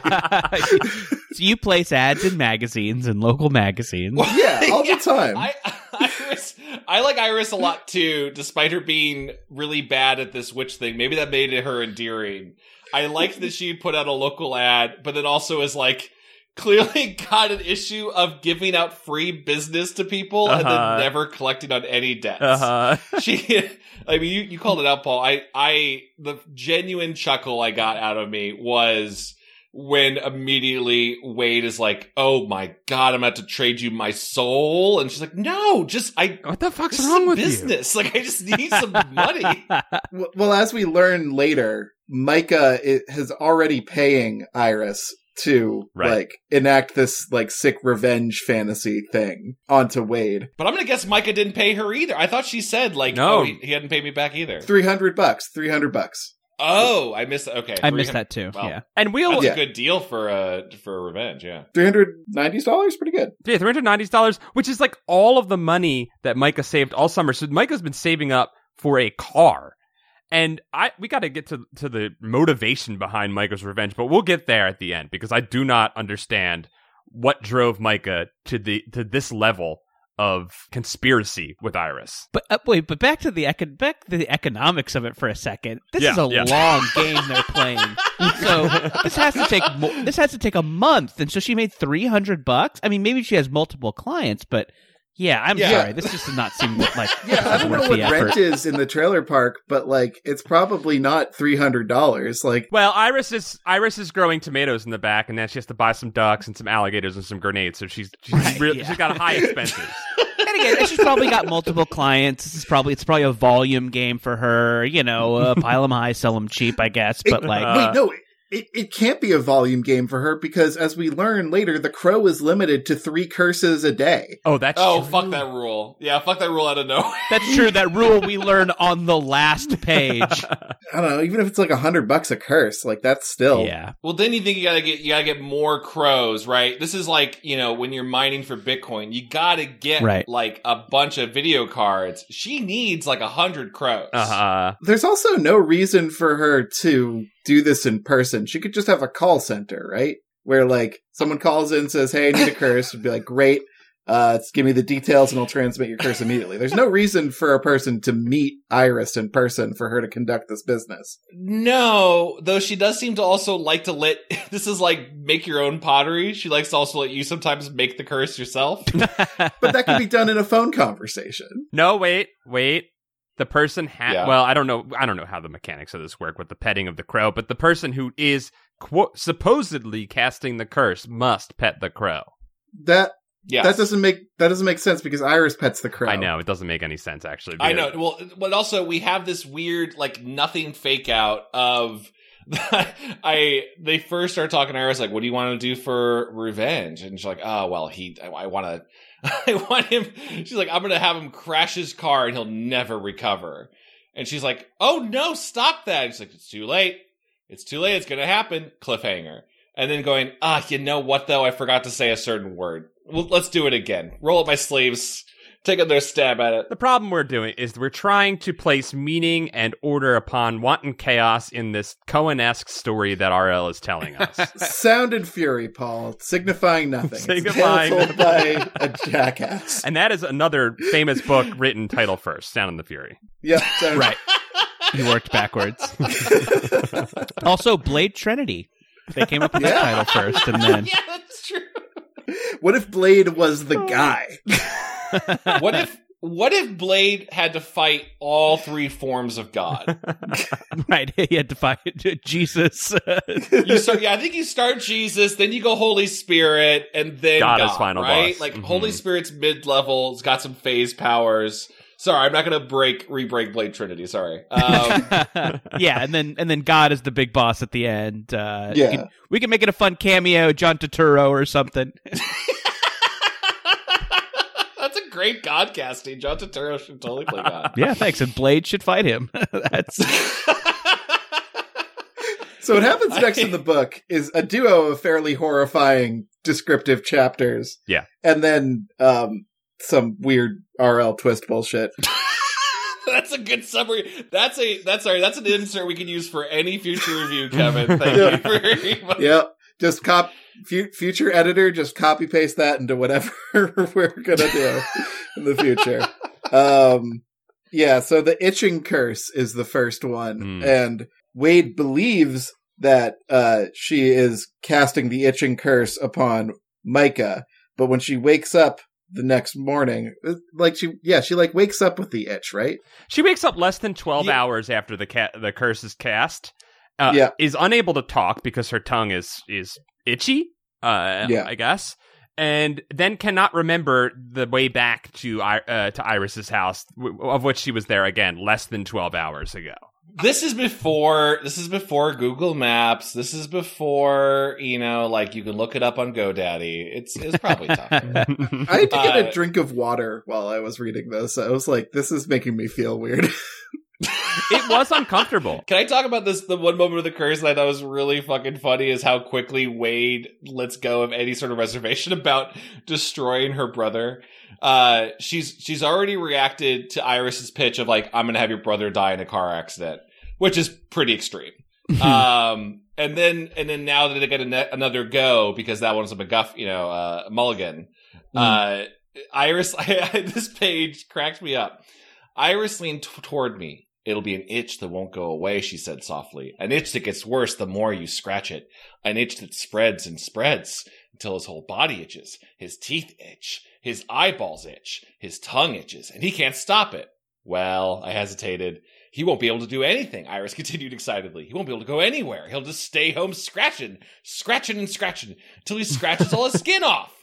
so you place ads in magazines and local magazines. yeah, all the time. I, *laughs* Iris, I like Iris a lot too, despite her being really bad at this witch thing. Maybe that made her endearing. I liked that she put out a local ad, but then also is like clearly *laughs* got an issue of giving out free business to people and Uh-huh. then never collecting on any debts. Uh-huh. She, *laughs* I mean, you, you called it out, Paul. I, I, the genuine chuckle I got out of me was when immediately Wade is like, "Oh my god, I'm about to trade you my soul," and she's like, "No, just I." What the fuck's This is wrong with you? business. Like, I just need *laughs* some money. W- Well, as we learn later, Micah i has already paying Iris to Right. like enact this like sick revenge fantasy thing onto Wade. But I'm gonna guess Micah didn't pay her either. I thought she said like, No. "Oh, he, he hadn't paid me back either." Three hundred bucks. Three hundred bucks. Oh, I missed. Okay, *laughs* I missed 300 that too. Wow. Yeah, And we'll That's Yeah. a good deal for uh for revenge. Yeah. Three hundred nineties dollars. Pretty good. yeah, three hundred ninety dollars, which is like all of the money that Micah saved all summer. So Micah's been saving up for a car, and I we got to get to to the motivation behind Micah's revenge, but we'll get there at the end because I do not understand what drove Micah to the to this level of conspiracy with Iris. but uh, wait, but back to the econ- back to the economics of it for a second. This Yeah, is a yeah. long game they're playing, *laughs* so this has to take mo- this has to take a month. And so she made three hundred bucks. I mean, maybe she has multiple clients, but yeah, I'm Yeah. sorry, this just does not seem like *laughs* Yeah, I it's don't worth know what the effort. rent is in the trailer park, but like it's probably not three hundred dollars. Like Well, Iris is Iris is growing tomatoes in the back, and then she has to buy some ducks and some alligators and some grenades. So she's *laughs* she's, Right, real- yeah. she's got high expenses. And again, she's probably got multiple clients. This is probably it's probably a volume game for her. You *laughs* know, uh, pile them high, sell them cheap, I guess. But like, Uh, wait, no, it, it can't be a volume game for her because as we learn later, the crow is limited to three curses a day. *laughs* Oh, that's Oh, true. fuck that rule. Yeah, fuck that rule out of nowhere. that's true. That rule we learned on the *laughs* last page. I don't know, even if it's like a hundred bucks a curse, like that's still Yeah, *laughs* Well, then you think you gotta get you gotta get more crows, right? This is like you know when you're mining for Bitcoin, you gotta get Right. like a bunch of video cards. She needs like a hundred crows. Uh-huh. There's also no reason for her to do this in person. She could just have a call center, right? Where like someone calls in and says, "Hey, I *laughs* need a curse," would be like, "Great, uh, just give me the details and I'll transmit your curse immediately." There's no reason for a person to meet Iris in person for her to conduct this business. No, though she does seem to also like to let *laughs* this is like make your own pottery. She likes to also let you sometimes make the curse yourself. But that could be done in a phone conversation. No, wait, wait. The person ha- Yeah. well, I don't know, I don't know how the mechanics of this work with the petting of the crow, but the person who is quote, supposedly casting the curse must pet the crow. That Yeah, that doesn't make that doesn't make sense because Iris pets the crow. I know it doesn't make any sense actually. I know. because- Well, but also we have this weird, like nothing fake out of. *laughs* I they first start talking to her. I was like, "What do you want to do for revenge?" And she's like, "Oh well, he. I, I want to. *laughs* I want him." She's like, "I'm gonna have him crash his car and he'll never recover." And she's like, "Oh no, stop that!" And she's like, "It's too late. It's too late. It's gonna happen." Cliffhanger. And then going, "Ah, you know what though? I forgot to say a certain word. Well, let's do it again. Roll up my sleeves." taking their stab at it. The problem we're doing is we're trying to place meaning and order upon wanton chaos in this Cohen esque story that RL is *laughs* telling us. Sound and fury, Paul, *laughs* signifying nothing. Signifying- it's a tale told by a jackass. and that is another famous book written title first Sound and the Fury. Yep, sound- Right. You worked backwards. *laughs* *laughs* also, Blade Trinity. They came up with that Yeah. title first, and *laughs* then yeah, that's true. What if Blade was the guy? What if what if Blade had to fight all three forms of God? *laughs* right, he had to find Jesus. *laughs* You start, yeah, I think you start Jesus, then you go Holy Spirit, and then God, God is final right? boss. Like Mhm. Holy Spirit's mid level, it's got some phase powers. Sorry, I'm not gonna break re-break Blade Trinity. Sorry. *laughs* Um, Oh. yeah, and then and then God is the big boss at the end. Uh, Yeah. we can, we can make it a fun cameo, John Turturro or something. that's a great God casting. John Turturro should totally play God. *laughs* Yeah, thanks. And Blade should fight him. *laughs* That's *laughs* So what happens next in the book is a duo of fairly horrifying descriptive chapters. Yeah. And then um some weird RL twist bullshit. *laughs* that's a good summary. That's a that's sorry. That's an insert we can use for any future review, Kevin. Thank Yeah. you very much. yep. Just cop fu- future editor just copy paste that into whatever *laughs* we're going to do in the future. Um yeah, so the itching curse is the first one Hmm. and Wade believes that uh she is casting the itching curse upon Micah, but when she wakes up the next morning, uh, like she yeah, she like wakes up with the itch, right? She wakes up less than 12 Yeah. hours after the ca- the curse is cast. Uh, Yeah. Is unable to talk because her tongue is is itchy, uh, Yeah. I guess. And then cannot remember the way back to I- uh, to Iris's house, w- of which she was there again less than 12 hours *laughs* ago. This is before this is before Google Maps. This is before you know, like you can look it up on GoDaddy. It's it's probably tough. I had to get Uh, a drink of water while I was reading this. I was like, this is making me feel weird. it was uncomfortable. Can I talk about this? The one moment of the curse that I thought was really fucking funny is how quickly Wade lets go of any sort of reservation *laughs* about destroying her brother. Uh, she's she's already reacted to Iris's pitch of like, "I'm gonna have your brother die in a car accident," which is pretty extreme. um, and then and then now that they get a ne- another go because that one's a McGuff, you know, uh, Mulligan. Uh, Iris, *laughs* I, I, this page cracked me up. Iris leaned t- toward me. It'll be an itch that won't go away, she said softly. An itch that gets worse the more you scratch it. An itch that spreads and spreads until his whole body itches. His teeth itch. His eyeballs itch. His tongue itches. And he can't stop it. Well, I hesitated. He won't be able to do anything, Iris *laughs* continued excitedly. He won't be able to go anywhere. He'll just stay home scratching, scratching and scratching until he scratches all his skin off.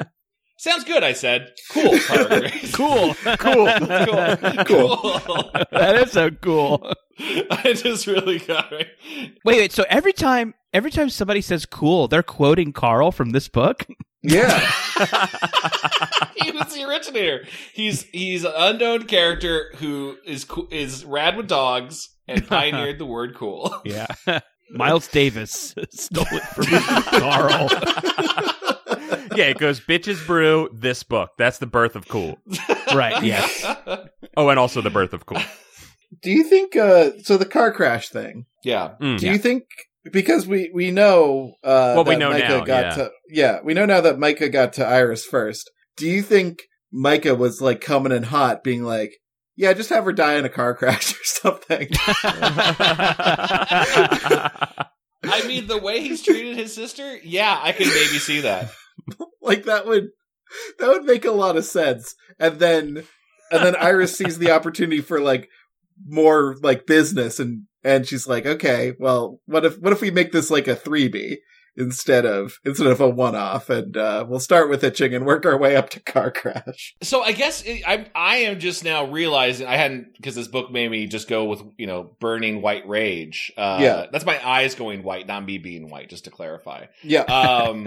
Sounds good, I said. *laughs* Cool, Parker. *laughs* cool. Cool. cool. Cool. *laughs* that is so cool. *laughs* I just really got it. Wait, wait. So every time, every time somebody says "cool," they're quoting Carl from this book. yeah. He was the originator. He's he's an unknown character who is co- is rad with dogs *laughs* and pioneered the word cool. Yeah. Miles Davis *laughs* stole it from Carl. yeah, it goes bitches brew this book. That's the birth of cool. *laughs* *laughs* Right. Yes. Oh, and also the birth of cool. Do you think uh so the car crash thing? yeah. *laughs* Mm. Do you think because we we know uh Well, we that know Micah now, got yeah. to yeah, we know now that Micah got to Iris first. Do you think Micah was like coming in hot being like, yeah, just have her die in a car crash *laughs* or something? I mean, the way he's treated his sister, yeah, I can maybe see that. like that would that would make a lot of sense. And then and then Iris sees the opportunity for like more like business and and she's like, okay, well, what if what if we make this like a three B instead of instead of a one off, and uh, we'll start with itching and work our way up to car crash. So I guess it, I'm I am just now realizing I hadn't because this book made me just go with you know burning white rage. Uh, Yeah. that's my eyes going white, not me being white. Just to clarify, Yeah, *laughs* um,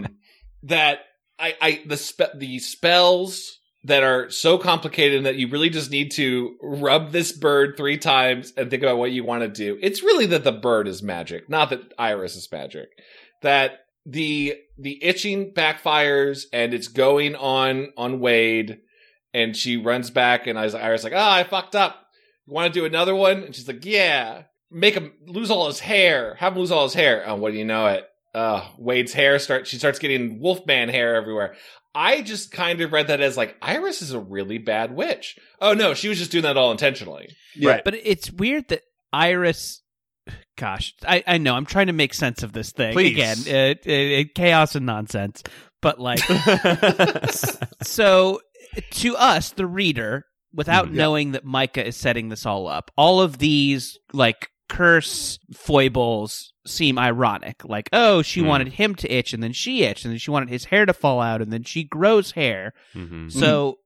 that I I the spe- the spells that are so complicated that you really just need to rub this bird three times and think about what you want to do. It's really that the bird is magic, not that Iris is magic. That the the itching backfires and it's going on on Wade and she runs back, and I was, I was like, ah, I fucked up. You want to do another one? And she's like, yeah. Make him lose all his hair. Have him lose all his hair. Oh, what do you know it? Uh, Wade's hair start. She starts getting Wolfman hair everywhere. I just kind of read that as like Iris is a really bad witch. Oh no, she was just doing that all intentionally. Yeah. *laughs* *laughs* Right. *laughs* But it's weird that Iris. Gosh, I, I know. I'm trying to make sense of this thing Please. again. It, it, it- chaos and nonsense. But like, Mm-hmm. so to us, the reader, without Mhm. Yeah. knowing that Micah is setting this all up, all of these like curse foibles seem ironic. Like, oh, she Hmm. wanted him to itch, and then she itched, and then she wanted his hair to fall out, and then she grows hair. Mhm. So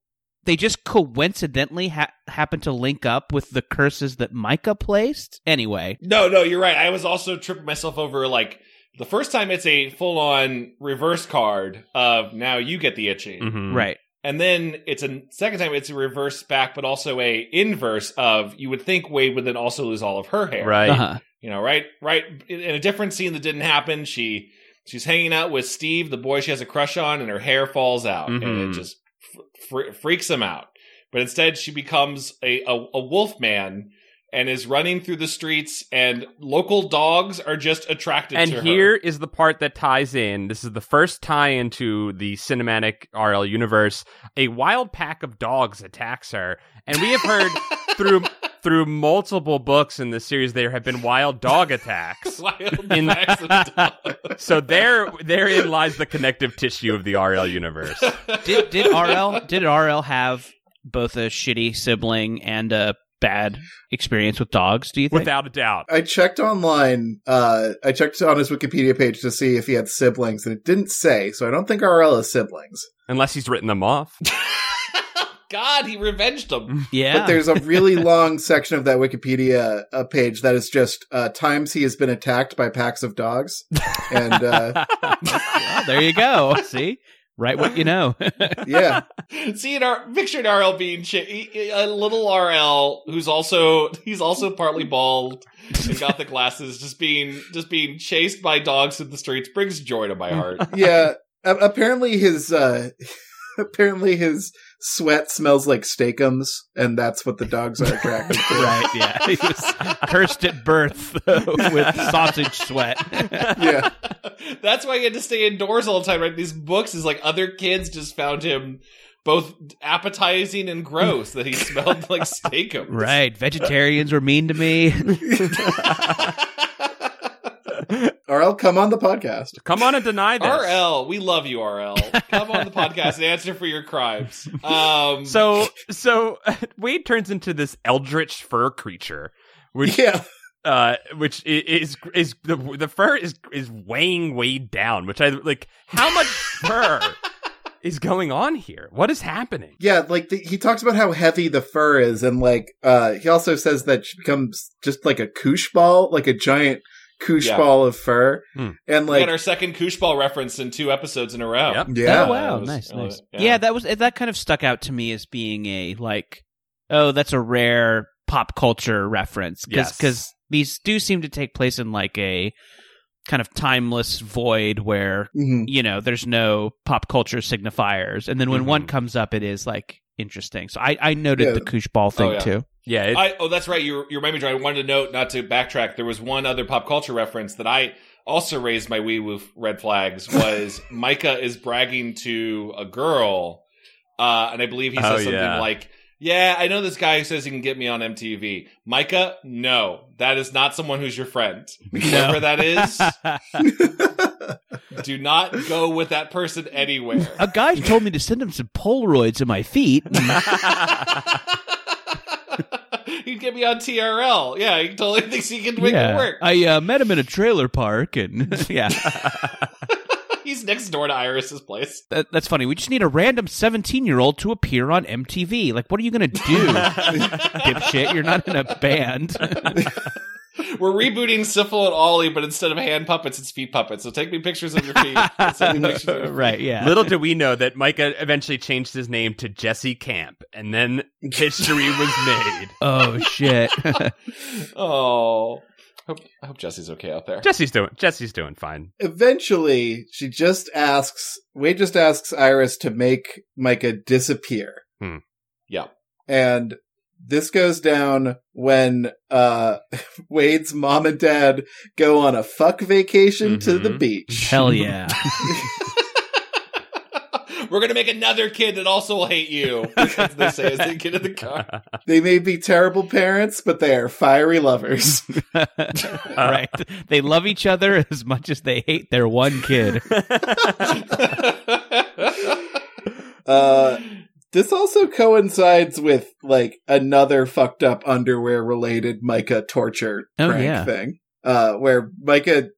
they just coincidentally ha- happened to link up with the curses that Micah placed. Anyway, No, no, you're right. I was also tripping myself over like the first time it's a full on reverse card of now you get the itching. Mhm. right. And then it's a second time it's a reverse back, but also a inverse of you would think Wade would then also lose all of her hair. Right. Uh-huh. You know, right? Right in in a different scene that didn't happen, she she's hanging out with Steve, the boy she has a crush on, and her hair falls out and Mhm. it just fr- fr- freaks him out. But instead she becomes a, a a wolf man and is running through the streets and local dogs are just attracted And to her. here is the part that ties in. This is the first tie into the cinematic RL universe. A wild pack of dogs attacks her, and we *laughs* have heard through through multiple books in this series there have been *laughs* wild dog attacks. *laughs* Wild In- packs *laughs* of dogs. So there therein lies the connective tissue of the *laughs* RL universe. Did did RL did RL have both a shitty sibling and a bad experience with dogs? Do you think? Without a doubt. I checked online. Uh, I checked on his Wikipedia page to see if he had siblings, and it didn't say. So I don't think RL has siblings. Unless he's written them off. *laughs* God, he revenged them. yeah. But *laughs* there's a really long section of that Wikipedia uh, page that is just uh, times he has been attacked by packs of dogs, and uh, Well, there you go. See, right what you know. yeah, *laughs* Seeing our pictured RL being chi- a little RL who's also *laughs* he's also partly bald and got the glasses, just being just being chased by dogs in the streets brings joy to my heart. *laughs* yeah. A- apparently his uh, *laughs* apparently his sweat smells like steakums, and that's what the dogs are attracted to. *laughs* right. Yeah. *laughs* He was cursed at birth *laughs* with sausage sweat. Yeah, That's why he had to stay indoors all the time, right? These books is like other kids just found him both appetizing and gross that he smelled like steakum. right. Vegetarians were mean to me. RL, come on the podcast. Come on and deny this. RL, we love you, RL. Come on the podcast and answer for your crimes. Um, So so *laughs* Wade turns into this eldritch fur creature. Which Yeah, uh, which i- is is the the fur is is weighing Wade down. Which I like. How much fur is going on here? What is happening? yeah. Like the, he talks about how heavy the fur is, and like uh, he also says that she becomes just like a koosh ball, like a giant koosh Yeah. ball of fur, Hmm. and we like got our second koosh ball reference in two episodes in a row. Yep. yeah. Oh wow, That was- nice, I love nice. it. Yeah. Yeah. that was eh, that kind of stuck out to me as being a like, oh, that's a rare pop culture reference because Yes. these do seem to take place in like a kind of timeless void where Mhm. you know there's no pop culture signifiers, and then when one Mhm. comes up, it is like interesting. So I I noted Yeah. the Koosh Ball thing Mm-hmm. yeah. too. Yeah, it, I, oh, that's right. You, you remind me, John. I wanted to note, not to backtrack, there was one other pop culture reference that I also raised my wee woof red flags *laughs* was Micah is bragging to a girl, uh, and I believe he says Oh, something yeah. like, yeah, I know this guy who says he can get me on MTV. Micah, no, that is not someone who's your *laughs* friend. Whoever that is, do not go with that person anywhere. *laughs* a guy told me to send him some Polaroids of my feet. *laughs* He'd get me on TRL. Yeah, he totally thinks he can make it work. *laughs* I uh, met him in a trailer park, and *laughs* yeah. He's next door to Iris's place. That, that's funny. We just need a random 17 year old to appear on MTV. Like, what are you going to do, *laughs* dipshit? You're not in a band. *laughs* We're rebooting Syphil and Ollie, but instead of hand puppets, it's feet puppets. So take me pictures of your feet. and send me pictures of your feet. right, yeah. *laughs* little do we know that Micah eventually changed his name to Jesse Camp, and then history was made. *laughs* Oh, shit. Oh. Hope, I hope Jesse's okay out there. *laughs* Jesse's doing Jesse's doing fine. Eventually, she just asks. Wade just asks Iris to make Micah disappear. Hmm. Yeah. And this goes down when uh *laughs* Wade's mom and dad go on a fuck vacation to the Mhm. beach. Hell yeah. *laughs* We're gonna make another kid that also will hate you. Because they say as they get in the *laughs* car. *laughs* They may be terrible parents, but they are fiery lovers. right. They love each other as much as they hate their one kid. Uh this also coincides with like another fucked up underwear related Micah torture Oh, prank yeah. thing. Uh where Micah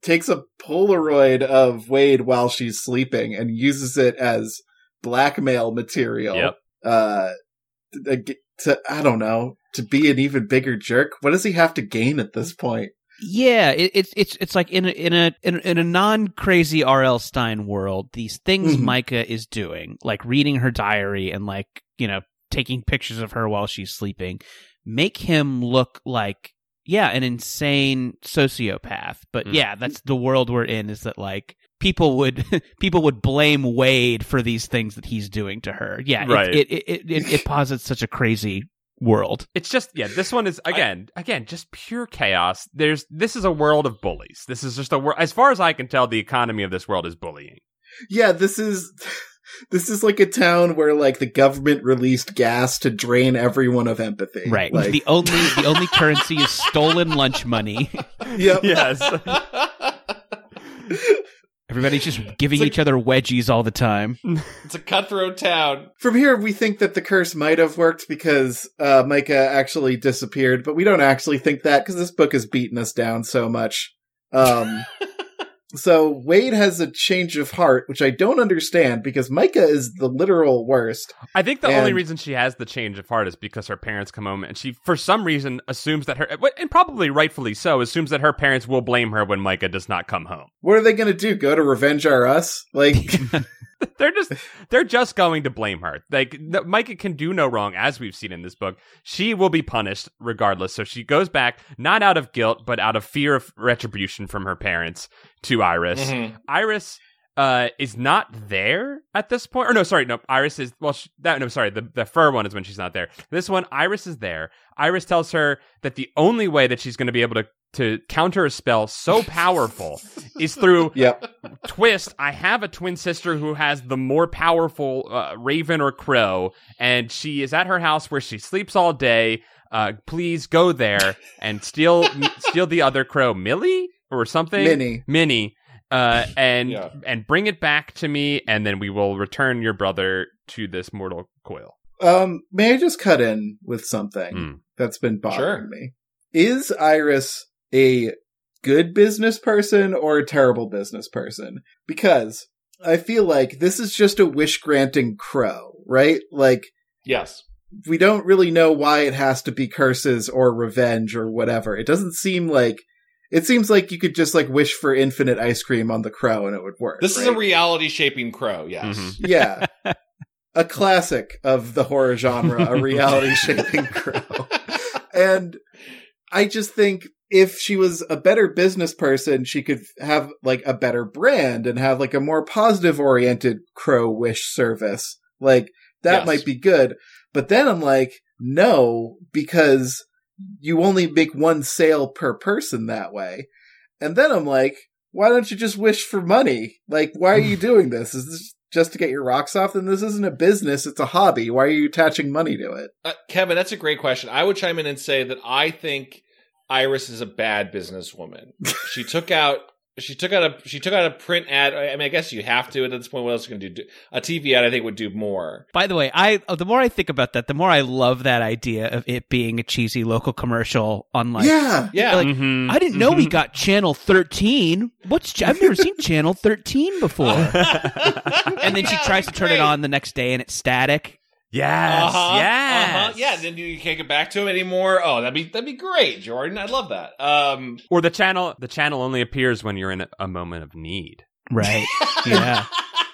takes a Polaroid of Wade while she's sleeping and uses it as blackmail material. Yep. Uh to, to I don't know, to be an even bigger jerk. What does he have to gain at this point? Yeah, it, it's it's it's like in a in a in, a- in a non crazy R.L. Stein world, these things Mhm. Micah is doing, like reading her diary and like you know taking pictures of her while she's sleeping, make him look like yeah an insane sociopath. But Mm. yeah, that's the world we're in. Is that like people would *laughs* people would blame Wade for these things that he's doing to her? Yeah, it- Right. It it it, it, it posits such a crazy world. it's just yeah this one is again again just pure chaos there's this is a world of bullies this is just a world as far as i can tell the economy of this world is bullying Yeah, this is *laughs* this is like a town where like the government released gas to drain everyone of empathy. Right. Like, the only the only currency is stolen lunch money. yep. yes *laughs* Everybody's just giving It's like- each other wedgies all *laughs* the time. It's a cutthroat town. *laughs* From here, we think that the curse might have worked because uh, Micah actually disappeared, but we don't actually think that because this book has beaten us down so much. Um, so Wade has a change of heart, which I don't understand because Micah is the literal worst. *laughs* i think the only And- reason she has the change of heart is because her parents come home and she for some reason assumes that her and probably rightfully so assumes that her parents will blame her when micah does not come home *laughs* What are they going to do? Go to revenge our us? *laughs* Like, they're just they're just going to blame her like th- micah can do no wrong as we've seen in this book she will be punished regardless so she goes back not out of guilt but out of fear of retribution from her parents to iris Mhm. iris uh, is not there at this point. Or no, sorry, no. Iris is well. She, that no, sorry. The the fur one is when she's not there. This one, Iris is there. Iris tells her that the only way that she's going to be able to to counter a spell so powerful is through *laughs* yep. twist, I have a twin sister who has the more powerful uh, raven or crow, and she is at her house where she sleeps all day. Uh, please go there and steal steal the other crow, Millie or something, Minnie. Minnie, uh, and Yeah. and bring it back to me, and then we will return your brother to this mortal coil. Um, may I just cut in with something Hmm. that's been bothering Sure. me? Is Iris a good business person or a terrible business person? Because I feel like this is just a wish granting crow, right? Like Yes. we don't really know why it has to be curses or revenge or whatever. It doesn't seem like it seems like you could just like wish for infinite ice cream on the crow and it would work. This is a right? reality shaping crow, yes. *laughs* Mhm. *laughs* yeah. A classic of the horror genre, a reality shaping *laughs* crow. And I just think if she was a better business person, she could have like a better brand and have like a more positive oriented crow wish service. Like that Yes. might be good. But then I'm like, no, because you only make one sale per person that way. And then I'm like, why don't you just wish for money? Like, why are you doing this? Is this just to get your rocks off? Then this isn't a business. It's a hobby. Why are you attaching money to it? *laughs* Uh, Kevin, that's a great question. I would chime in and say that I think Iris is a bad *laughs* businesswoman. she took out she took out a she took out a print ad. I I mean, I guess you have to at this point. What else are you gonna do? Do- A TV ad, I think, would do more. By the way, I oh, the more I think about that, the more I love that idea of it being a cheesy local commercial on like. yeah. Yeah, Mm-hmm. Like, Mm-hmm. I didn't know we got Channel 13. What's Ch- I've *laughs* never seen Channel 13 before. Oh. *laughs* And then she tries to turn it on the next day and it's static. Yes, Uh-huh, yes, uh-huh. Yeah. Then you can't get back to him anymore. Oh, that'd be that'd be great, Jordan. I'd love that. Um, or the channel the channel only appears when you're in a, a moment of need. Right. *laughs* Yeah.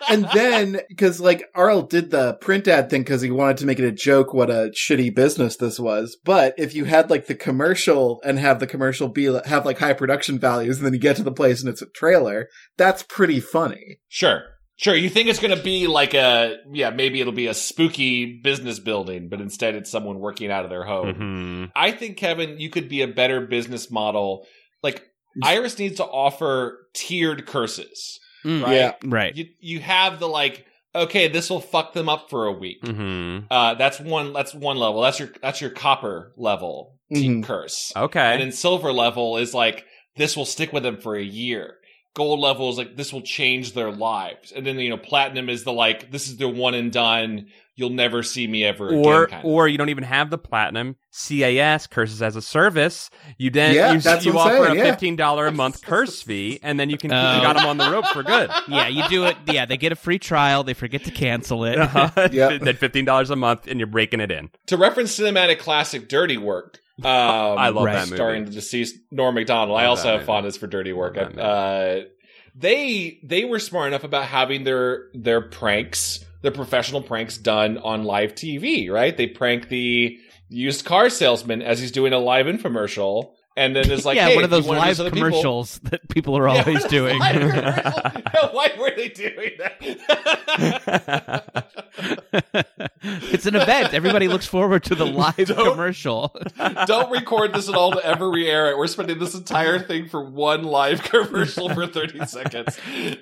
And then, because like Arl did the print ad thing because he wanted to make it a joke what a shitty business this was. But if you had like the commercial and have the commercial be li- have like high production values, and then you get to the place and it's a trailer, that's pretty funny. sure, Sure, you think it's going to be like a yeah, maybe it'll be a spooky business building, but instead it's someone working out of their home. Mhm. I think Kevin, you could be a better business model. Like Iris needs to offer tiered curses, *laughs* Mm, right? Yeah. Right. You you have the like, okay, this will fuck them up for a week. Mhm. Uh, that's one. That's one level. That's your that's your copper level te- Mhm. curse. And Okay. then silver level is like this will stick with them for a year. Gold level is like this will change their lives. And then you know platinum is the like this is the one and done. You'll never see me ever Or again. Kind of. or you don't even have the platinum CAS curses as a service. You then Yeah, you, that's you what I'm offer saying, a yeah. Uh. fifteen dollar *laughs* a month curse fee, and then you can Oh. you got them on the rope *laughs* for good. Yeah, you do it. Yeah, they get a free trial. They forget to cancel it. Uh-huh. *laughs* Yep. That fifteen dollars a month, and you're breaking it in. *laughs* to reference cinematic classic Dirty *laughs* Work. Um, I love Right. that movie. Starring the deceased Norm Macdonald. I Love also that have movie. fondness for Dirty Work. Love that Uh, they they were smart enough about having their their pranks, their professional pranks, done on live TV. Right? They prank the used car salesman as he's doing a live infomercial, and then *laughs* it's like, yeah, hey, one of if you those wanna do live something people- *laughs* commercials that people are Yeah, always one of those doing. *laughs* live commercials. *laughs* Why were they doing *laughs* that? *laughs* it's an event. Everybody looks *laughs* forward to the live commercial. Don't record this at all to ever re-air it. We're spending this entire thing for one live *laughs* commercial for 30 seconds.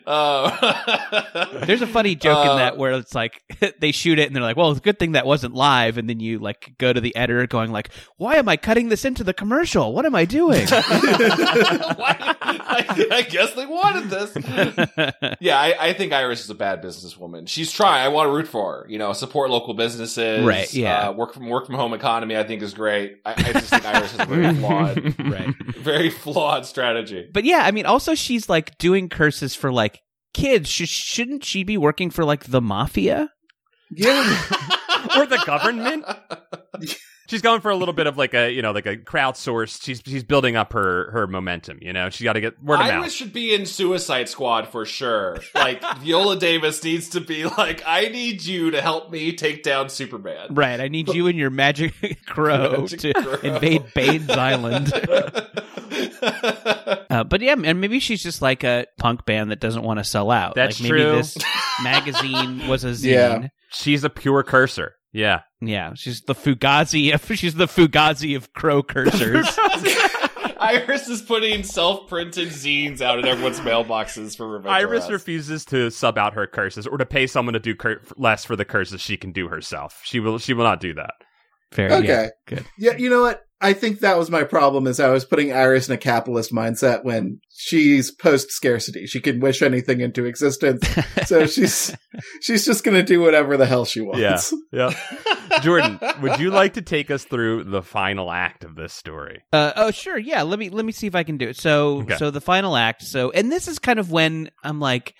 Um, Uh, There's a funny joke Uh, in that where it's like *laughs* they shoot it and they're like, "Well, it's a good thing that wasn't live." And then you like go to the editor going like, "Why am I cutting this into the commercial? What am I *laughs* *laughs* doing?" why- I, I guess they wanted this. Yeah, I, I think Iris is a bad businesswoman. She's trying. I want to root for her. You know, support local businesses. Right, yeah. Uh, work from work from home economy. I think is great. I, I just think Iris is a *laughs* very flawed, right. very flawed strategy. But yeah, I mean, also she's like doing curses for like kids. Sh- shouldn't she be working for like the mafia? Yeah. or the government. *laughs* She's going for a little bit of like a you know like a crowdsourced. She's she's building up her her momentum. You know she's got to get word of Iris mouth. should be in Suicide Squad for sure. *laughs* Like Viola Davis needs to be like, I need you to help me take down *laughs* Superman. Right. I need you and your magic *laughs* crow Magic to crow. invade Bane's Island. *laughs* Uh, but yeah, and maybe she's just like a punk band that doesn't want to sell out. That's like maybe *laughs* true. this magazine was a Yeah. zine. She's a pure cursor. Yeah. Yeah, she's the Fugazi of *laughs* she's the Fugazi of crow *laughs* cursors. Iris is putting self-printed zines out in everyone's mailboxes for revenge. Iris arrests. refuses to sub out her curses or to pay someone to do cur- less for the curses she can do herself. She will she will not do that. Fair. Okay. Yeah, good. Yeah, you know what? I think that was my problem is I was putting Iris in a capitalist mindset when she's post scarcity. She can wish anything into *laughs* existence. so she's she's just gonna do whatever the hell she wants. *laughs* Yeah. Yeah. Jordan, would you like to take us through the final act of this story? Uh, oh, sure. Yeah. Let me let me see if I can do it. So Okay. so the final act. So and this is kind of when I'm like,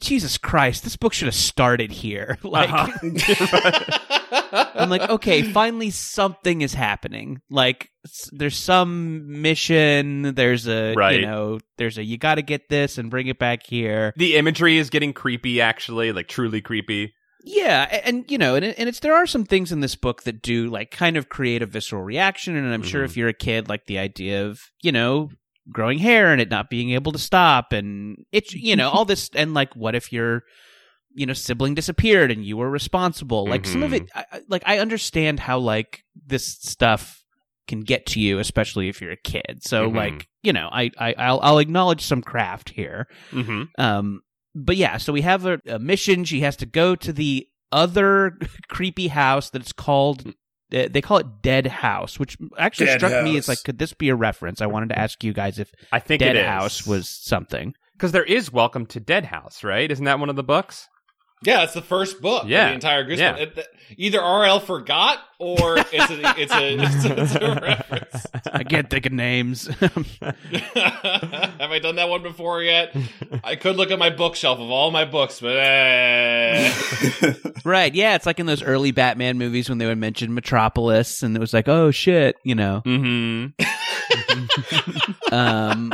Jesus Christ, this book should have started here. *laughs* Like Uh-huh. *laughs* I'm like, okay, finally something is happening. Like s- there's some mission. There's a Right. you know there's a you got to get this and bring it back here. The imagery is getting creepy actually, like truly creepy. Yeah, a- and you know, and it- and it's there are some things in this book that do like kind of create a visceral reaction, and I'm sure Mhm. if you're a kid, like the idea of you know growing hair and it not being able to stop, and it's you know all this, and like what if your you know sibling disappeared and you were responsible? Like some of Mhm. it, I, I- like I understand how like this stuff can get to you, especially if you're a kid. So Mhm. like you know, I, I I'll, I'll acknowledge some craft here. Mm-hmm. Um, but yeah, so we have a, a mission. She has to go to the other *laughs* creepy house that's called. uh, They call it Dead House, which actually Dead struck me House. as like, could this be a reference? I wanted to ask you guys if I think Dead it is. House was something. because there is Welcome to Dead House, right? Isn't that one of the books? Yeah, it's the first book. Yeah, Yeah. the entire Goosebumps. Yeah. It- th- Either RL forgot or it's a it's a, *laughs* it's a, it's a reference. *laughs* I can't think of names. *laughs* *laughs* Have I done that one before yet? I could look at my bookshelf of all my books, but *laughs* eh. right? Yeah, it's like in those early Batman movies when they would mention Metropolis, and it was like, oh shit, you know. Mm-hmm. Um,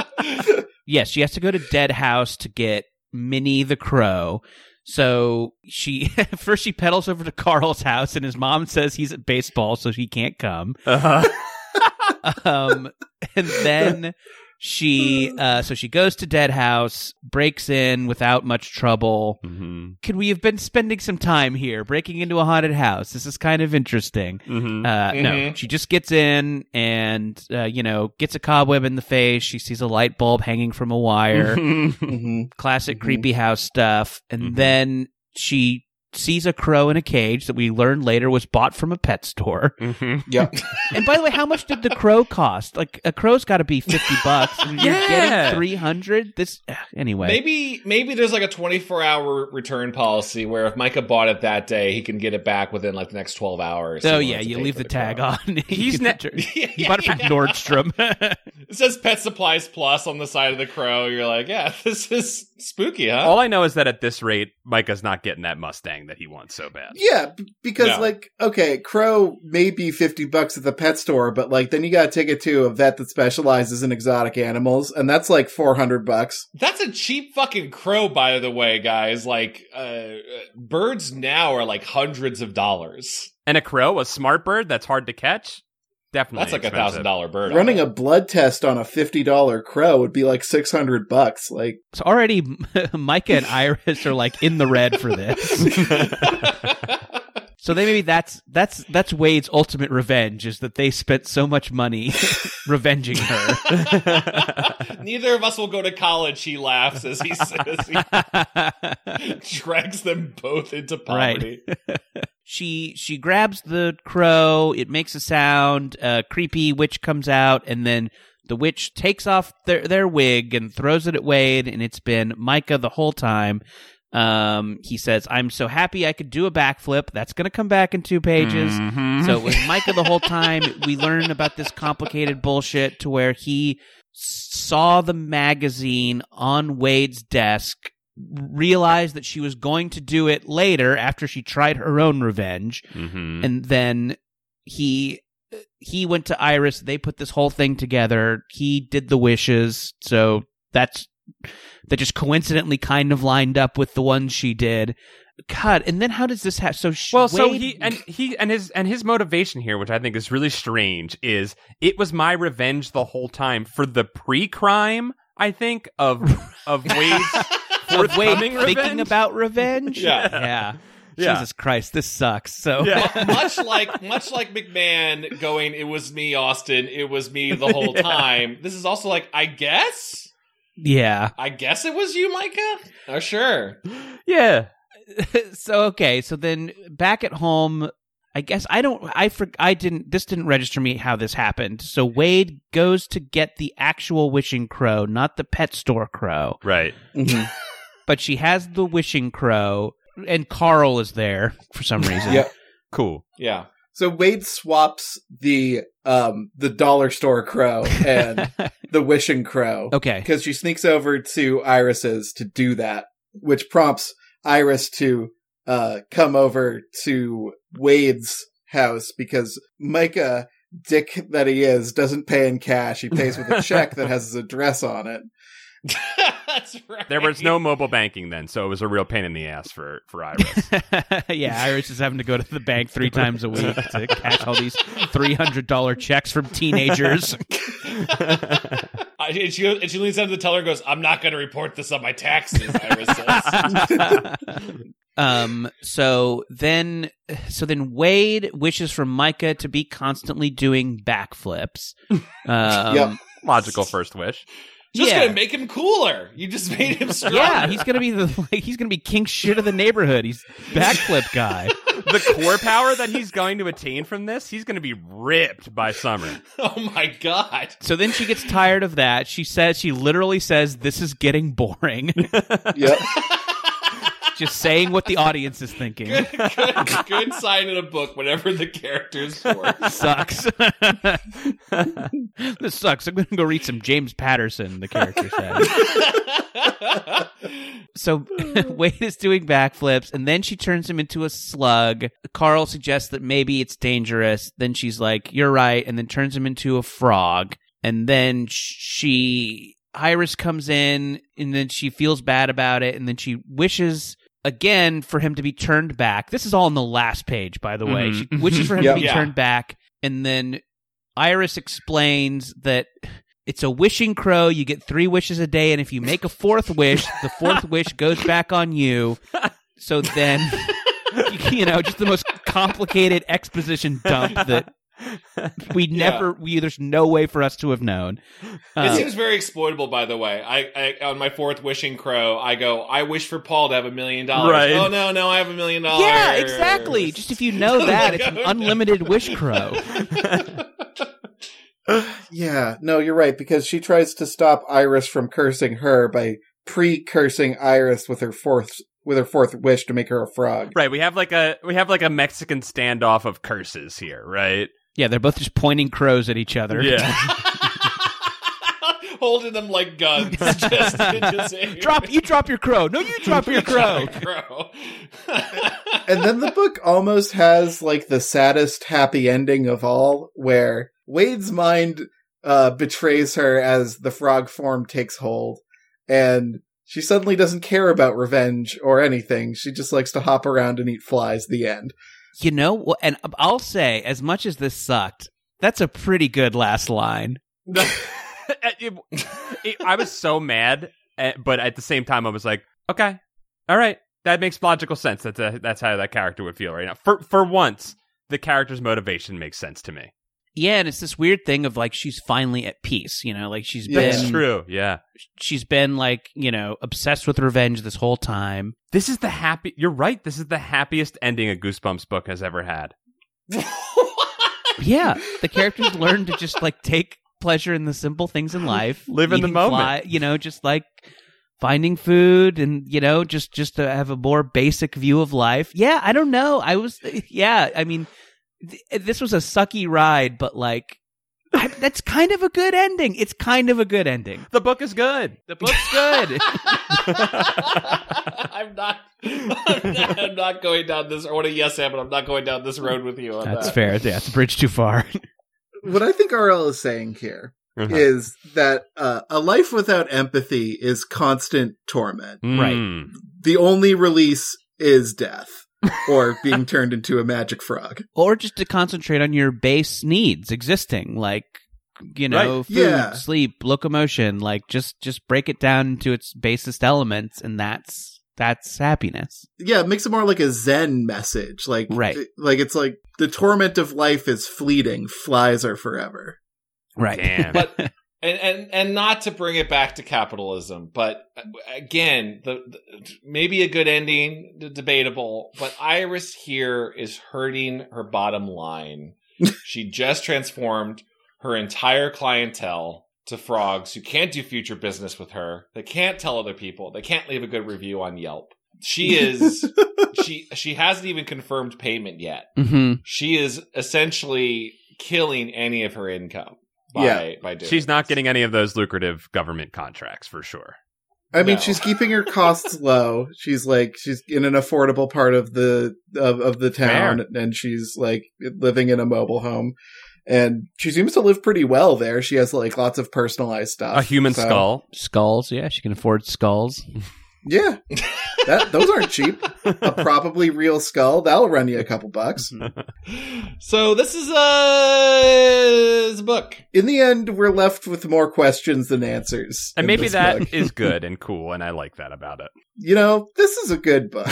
Yes, she has to go to Dead House to get Minnie the Crow. So she *laughs* first she pedals over to Carl's house, and his mom says he's at *laughs* baseball, so he can't come. Uh-huh. Um, and then She uh, so she goes to Deadhouse, breaks in without much trouble. Mm-hmm. Could we have been spending some time here, breaking into a haunted house? This is kind of interesting. Mm-hmm. Uh, No, Mhm. she just gets in and uh, you know gets a cobweb in the face. She sees a light bulb hanging from a wire. *laughs* Mm-hmm. hmm Classic Mhm. creepy house stuff. And Mhm. then she sees a crow in a cage that we learn later was bought from a pet store. mm-hmm. Yep. And by the way, how much did the crow cost? Like a crow's got to be fifty bucks. and You're Yeah. getting three hundred. This ugh, anyway. Maybe maybe there's like a 24 hour return policy where if Micah bought it that day, he can get it back within like the next 12 hours. so He won't Oh, yeah, have to you pay leave for the tag car. *laughs* on. *laughs* He's You ne- can return- yeah, You bought it from yeah. Nordstrom. *laughs* It says Pet Supplies Plus on the side of the crow. You're like, yeah, *laughs* this is spooky, Oh. huh? All I know is that at this rate, Micah's not getting that Mustang that he wants so bad. Yeah, b- because No. like, okay, crow may be fifty bucks at the pet store, but like, then you got to take it to a vet that specializes in exotic animals, and that's like four hundred bucks. That's a cheap fucking crow, by the way, guys. Like, uh, uh, birds now are like hundreds of dollars. And a crow, a smart bird that's hard to catch, definitely. That's like a expensive. thousand dollar bird. Running a blood test on a fifty dollar crow would be like six hundred bucks. Like, so already, *laughs* Micah and Iris are like in the red for this. So they maybe that's that's that's Wade's ultimate revenge is that they spent so much money *laughs* revenging her. *laughs* Neither of us will go to college. He laughs as he as *laughs* he drags them both into *laughs* poverty. she she grabs the crow. It makes a sound. A creepy witch comes out, and then the witch takes off their their wig and throws it at Wade, and it's been Micah the whole time. Um, he says, "I'm so happy I could do a backflip. That's gonna come back in two pages." Mhm. So it was Micah the whole time. We learn about this complicated bullshit to where he saw the magazine on Wade's desk, realized that she was going to do it later after she tried her own revenge, Mhm. and then he he went to Iris. They put this whole thing together. He did the wishes, so that's that just coincidentally kind of lined up with the ones she did. God, and then how does this happen? So she, Well, so Wade- he and he and his and his motivation here, which I think is really strange, is it was my revenge the whole time for the pre-crime. I think of *laughs* of Wade's of Wade forthcoming thinking revenge? about revenge. Yeah. yeah. *laughs* Yeah. Jesus Christ, this sucks. So Mu- much like much like McMahon going, it was me, Austin. It was me the whole *laughs* Yeah. time. This is also like, I guess, *laughs* yeah. I guess it was you, Micah. Oh, sure. *laughs* yeah. so okay, so then back at home, I guess I don't I for, I didn't this didn't register me how this happened. So Wade goes to get the actual wishing crow, not the pet store crow. Right. mhm. But she has the wishing crow and Carl is there for some reason. Yep. Cool. Yeah. *laughs* so Wade swaps the um the dollar store crow *laughs* and the wishing crow okay. because she sneaks over to Iris's to do that, which prompts Iris to uh, come over to Wade's house because Micah, dick that he is, doesn't pay in cash. He pays with a check that has his address on it. That's right. There was *laughs* no mobile banking then, so it was a real pain in the ass for for Iris. *laughs* yeah, Iris is having to go to the bank three times a week to cash all these three hundred dollar checks from teenagers. I, and, she, goes- and she leans down to the teller and goes, I'm not going to report this on my taxes, *laughs* Iris says. um. So then, so then Wade wishes for Micah to be constantly doing backflips. Um, Yep. *laughs* Logical first wish. Just Yeah. going to make him cooler. You just made him stronger. *laughs* Yeah, he's gonna be the like, he's gonna be king shit of the neighborhood. He's backflip guy. The core power that he's going to attain from this, he's going to be ripped by summer. *laughs* oh my God. So then she gets tired of that. She says she literally says this is getting boring. *laughs* Yep. Just saying what the audience is thinking. Good, good, good sign in a book, whatever the character's for. sucks. *laughs* this sucks. I'm going to go read some James Patterson, the character said. So *laughs* Wade is doing backflips, and then she turns him into a slug. Carl suggests that maybe it's dangerous. Then she's like, You're right, and then turns him into a frog. And then she. Iris comes in, and then she feels bad about it, and then she wishes again for him to be turned back. This is all on the last page, by the way. Mhm. She wishes for him Yep. to be Yeah. turned back, and then Iris explains that It's a wishing crow. You get three wishes a day, and if you make a fourth wish, the fourth wish goes back on you. So then, *laughs* you know, just the most complicated exposition dump that we Yeah. never, we there's no way for us to have known. it Uh, seems very exploitable, by the way. I, I on my fourth wishing crow, I go, I wish for Paul to have a million dollars. Right. Oh no, no, I have a million dollars. yeah, exactly. Just if you know that, it's an unlimited wish crow. *laughs* Yeah, no, you're right because she tries to stop Iris from cursing her by pre-cursing Iris with her fourth with her fourth wish to make her a frog. Right, we have like a we have like a Mexican standoff of curses here, right? Yeah, they're both just pointing crows at each other. *laughs* *laughs* Holding them like *laughs* *laughs* guns. Just, just drop you drop your crow. No, you *laughs* drop your crow. crow. and then the book almost has like the saddest happy ending of all where wade's mind uh, betrays her as the frog form takes hold and she suddenly doesn't care about revenge or anything she just likes to hop around and eat flies the end You know, well, and I'll say, as much as this sucked, that's a pretty good last line. *laughs* It- it- I was so mad, eh, but at the same time, I was like, okay, all right, that makes logical sense. That's a, that's how that character would feel right now. For for once, the character's motivation makes sense to me. Yeah, and it's this weird thing of like she's finally at peace. You know, like she's Yeah. been That's true. Yeah, she's been like you know obsessed with revenge this whole time. this is the happy. You're right. This is the happiest ending a Goosebumps book has ever had. Yeah, the characters learn to just like take pleasure in the simple things in life, Live in the eating moment. fly- you know, just like finding food and you know just just to have a more basic view of life. Yeah, I don't know. I was *laughs* yeah. I mean, th- this was a sucky ride, but like. I, that's kind of a good ending. It's kind of a good ending. The book is good. *laughs* The book's good. *laughs* I'm not, I'm not. I'm not going down this. I want to yes, am, but I'm not going down this road with you on *laughs* That's that. fair. Yeah, it's a bridge too far. what i think rl is saying here Uh-huh. *laughs* is that uh, a life without empathy is constant torment Right. Mm. the only release is death or being turned into a magic frog or just to concentrate on your base needs existing like you know Right. food Yeah. sleep locomotion like just just break it down into its basest elements and that's that's happiness yeah, it makes it more like a Zen message. Like, Right. th- like it's like the torment of life is fleeting, flies are forever. right *laughs* Damn. But and and and not to bring it back to capitalism, but uh, again, the, the maybe a good ending, d- debatable. But Iris here is hurting her bottom line. she just transformed her entire clientele to frogs who can't do future business with her. They can't tell other people. They can't leave a good review on Yelp. She is she she hasn't even confirmed payment yet hmm she is essentially killing any of her income by Yeah. by doing. She's not this. getting any of those lucrative government contracts for sure. I mean, No. she's keeping her *laughs* costs low. She's like she's in an affordable part of the of, of the town, and she's like living in a mobile home. And she seems to live pretty well there. She has like lots of personalized stuff. A human Uh, So- skull. skulls yeah she can afford skulls Yeah, that, those aren't cheap. *laughs* A probably real skull that'll run you a couple bucks. Mm-hmm. So this is a, is a book. *laughs* In the end, we're left with more questions than answers. And in maybe this book. *laughs* that is good and cool, and I like that about it. you know, this is a good book.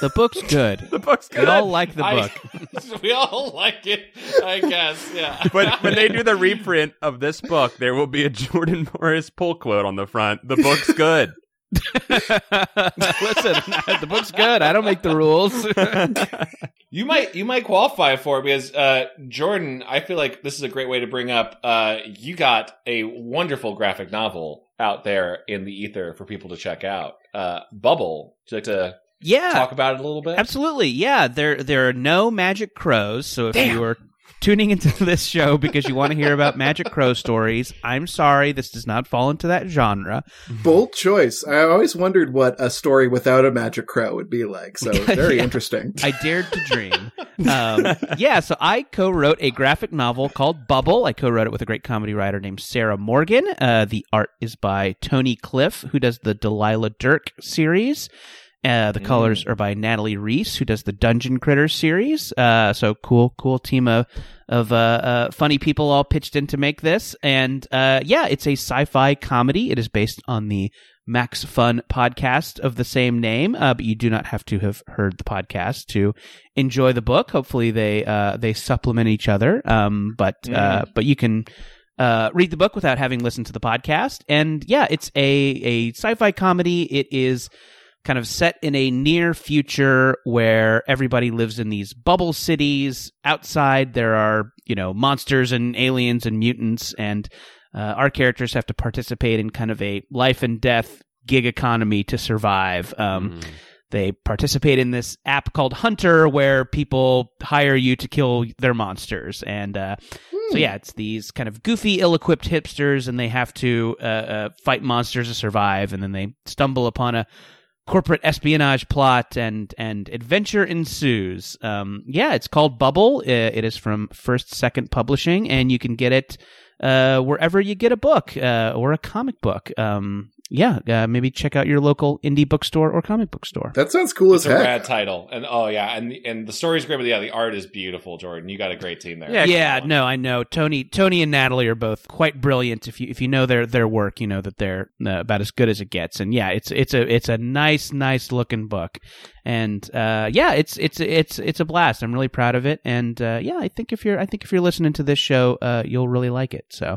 the book's good The book's we good. all like the I- book *laughs* we all like it, I guess. Yeah. but *laughs* when they *laughs* do the reprint of this book, there will be a *laughs* Jordan Morris pull quote on the front. The book's *laughs* good. listen *laughs* the book's good i don't make the rules You might you might qualify for it because uh, Jordan, I feel like this is a great way to bring up. Uh, you got a wonderful graphic novel out there in the ether for people to check out. Uh, Bubble. Would you like to yeah talk about it a *laughs* little bit? Absolutely, yeah. There there are no magic crows, so if Damn. you are tuning into *laughs* this show because you want to hear about magic crow stories, I'm sorry, this does not fall into that genre. Bold choice. I always wondered what a story without a magic crow would be like. So very Yeah. interesting. I dared to dream. Um, yeah, so I co-wrote a graphic novel called Bubble. I co-wrote it with a great comedy writer named Sarah Morgan. Uh, the art is by Tony Cliff, who does the Delilah Dirk series. Uh, the colors are by Natalie Reese, who does the Dungeon Critters series. Uh, so cool, cool team of of uh, uh, funny people all pitched in to make this. And uh, yeah, it's a sci-fi comedy. It is based on the Max Fun podcast of the same name, uh, but you do not have to have heard the podcast to enjoy the book. Hopefully, they uh, they supplement each other. Um, but uh, but you can uh, read the book without having listened to the podcast. And yeah, it's a a sci-fi comedy. It is kind of set in a near future where everybody lives in these bubble cities. Outside, there are you know monsters and aliens and mutants, and uh, our characters have to participate in kind of a life and death gig economy to survive. Um, Mm. they participate in this app called Hunter, where people hire you to kill their monsters. And uh, so, yeah, it's these kind of goofy, ill-equipped hipsters, and they have to uh, uh, fight monsters to survive. And then they stumble upon a corporate espionage plot, and and adventure ensues. Um, yeah, it's called Bubble. Uh, It is from First Second Publishing, and you can get it uh, wherever you get a book uh, or a comic book. Um, yeah, uh, maybe check out your local indie bookstore or comic book store. That sounds cool It's as a heck. rad title, and oh yeah, and and the story's great, but yeah, the art is beautiful. Jordan, you got a great team there. Yeah, yeah, no, I know Tony. Tony and Natalie are both quite brilliant. If you if you know their their work, you know that they're uh, about as good as it gets. And yeah, it's it's a it's a nice nice looking book, and uh, yeah, it's it's it's it's a blast. I'm really proud of it, and uh, yeah, I think if you're I think if you're listening to this show, uh, you'll really like it. So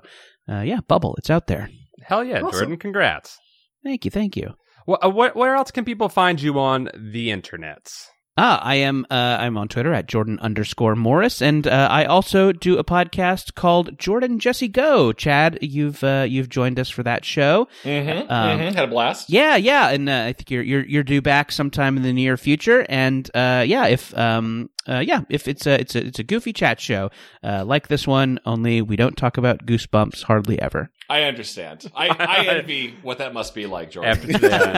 uh, yeah, Bubble, it's out there. Hell yeah, Awesome. Jordan! Congrats. Thank you, thank you. Well, uh, wh- where else can people find you on the internet? Ah, I am. Uh, I'm on Twitter at Jordan underscore Morris, and uh, I also do a podcast called Jordan Jesse Go. Chad, you've uh, you've joined us for that show. Mhm, Um, mhm, had a blast. Yeah, yeah, and uh, I think you're you're you're due back sometime in the near future. And uh, yeah, if um uh, yeah, if it's a it's a it's a goofy chat show uh, like this one, only we don't talk about goosebumps hardly ever. I understand. I, I envy what that must be like, Jordan. After today, I *laughs*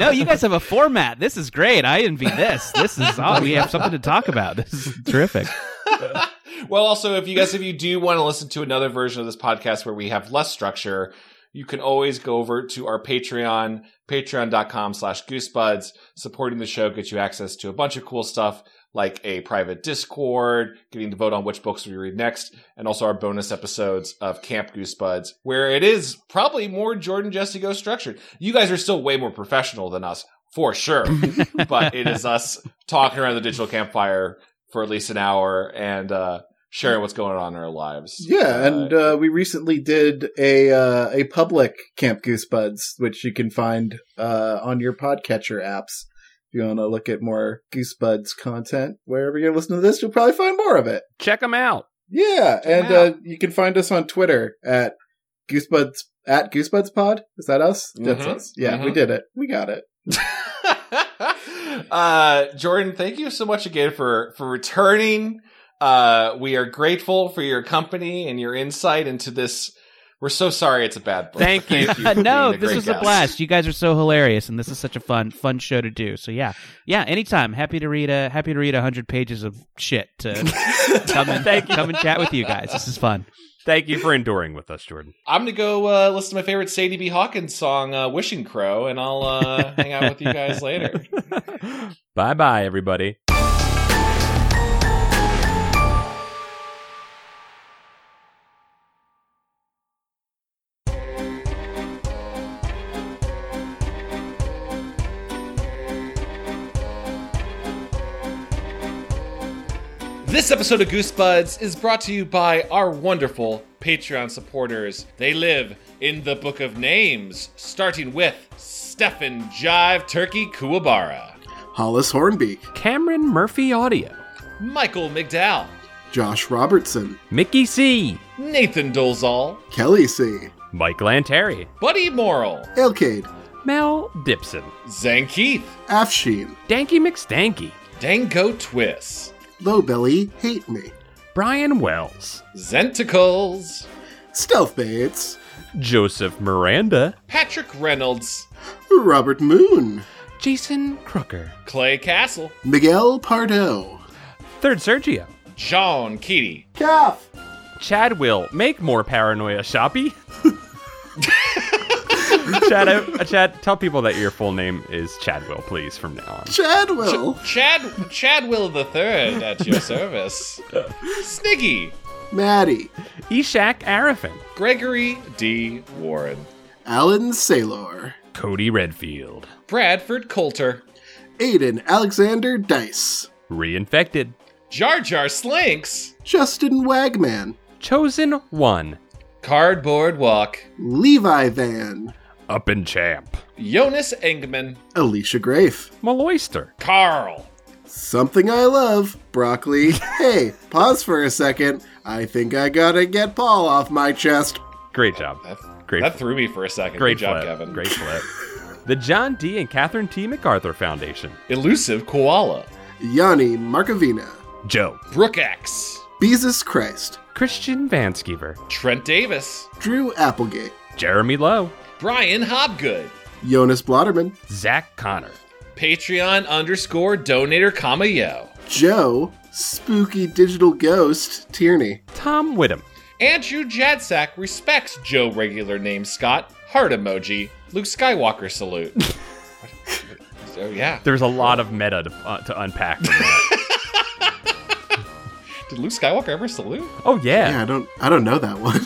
*laughs* no, you guys have a format. This is great. I envy this. This is oh, we have something to talk about. This is *laughs* terrific. well, also, if you guys, if you do want to listen to another version of this podcast where we have less structure, you can always go over to our Patreon, patreon.com slash goosebuds. Supporting the show gets you access to a bunch of cool stuff like a private Discord, getting to vote on which books we read next, and also our bonus episodes of Camp Goosebuds, where it is probably more Jordan Jesse Go structured. You guys are still way more professional than us, for sure. Uh, but it *laughs* is us talking around the digital campfire for at least an hour and uh, sharing what's going on in our lives. Yeah, and uh, we recently did a uh, a public Camp Goosebuds, which you can find uh, on your podcatcher apps. If you want to look at more Goosebuds content, wherever you're listening to this, you'll probably find more of it. Check them out. Yeah, and Wow. uh, you can find us on Twitter at Goosebuds at Goosebuds Pod. Is that us? That's Mhm. us. Yeah, we Mhm. did it. We got it. *laughs* uh, Jordan, thank you so much again for for returning. Uh, we are grateful for your company and your insight into this. We're so sorry it's a bad book. Thank but *laughs* you. for *laughs* no, being this great was a guest. blast. You guys are so hilarious, and this is such a fun, fun show to do. So yeah, yeah. Anytime, happy to read a happy to read a hundred pages of shit to *laughs* come and Thank you. come and chat with you guys. This is fun. Thank you for enduring with us, Jordan. *laughs* I'm gonna go uh, listen to my favorite Sadie B. Hawkins song, uh, "Wishing Crow," and I'll uh, hang out with you guys later. bye bye, everybody. This episode of Goosebuds is brought to you by our wonderful Patreon supporters. They live in the Book of Names, starting with Stefan Jive Turkey Kuwabara, Hollis Hornbeak, Cameron Murphy Audio. Michael McDowell, Josh Robertson, Mickey C. Nathan Dolezal, Kelly C., Mike Lanteri. Buddy Morrill, Elcade, Mel Dipson. Zang Keith, Afshin, Danky McStanky. Dango Twiss, Lowbelly, Hate Me, Brian Wells. Zenticles, Stealth Bates, Joseph Miranda. Patrick Reynolds, Robert Moon, Jason Crooker. Clay Castle, Miguel Pardo, Third Sergio. John Keaty, Calf, *laughs* Chad will make more paranoia shoppy. Chad, I, uh, Chad, tell people that your full name is Chadwell, please, from now on. Chadwell. Chad Chadwill the Third at your service. Sniggy Maddie. Ishak Arafin. Gregory D. Warren, Alan Saylor. Cody Redfield. Bradford Coulter, Aiden Alexander Dice. Reinfected. Jar Jar Slinks, Justin Wagman. Chosen One. Cardboard Walk, Levi Van. Up and Champ. Jonas Engman, Alicia Grafe. Maloyster. Carl, Something I love, broccoli. Hey, pause for a second. I think I gotta get Paul off my chest. Great job. That, Great. that threw me for a second. Great Good job, flip. Kevin. Great flip. *laughs* The John D. and Catherine T. MacArthur Foundation. Elusive Koala, Yanni Markovina. Joe. Brookaxe, Jesus Christ. Christian Vanskever. Trent Davis, Drew Applegate. Jeremy Lowe. Brian Hobgood, Jonas Blotterman. Zach Connor. Patreon underscore donator comma yo, Joe. Spooky Digital Ghost. Tierney. Tom Whittem. Andrew Jadsack respects Joe regular name Scott, heart emoji, Luke Skywalker salute. *laughs* oh yeah, There's a lot of meta to, uh, to *laughs* unpack. From that. did Luke Skywalker ever salute? oh yeah. Yeah, I don't I don't know that one.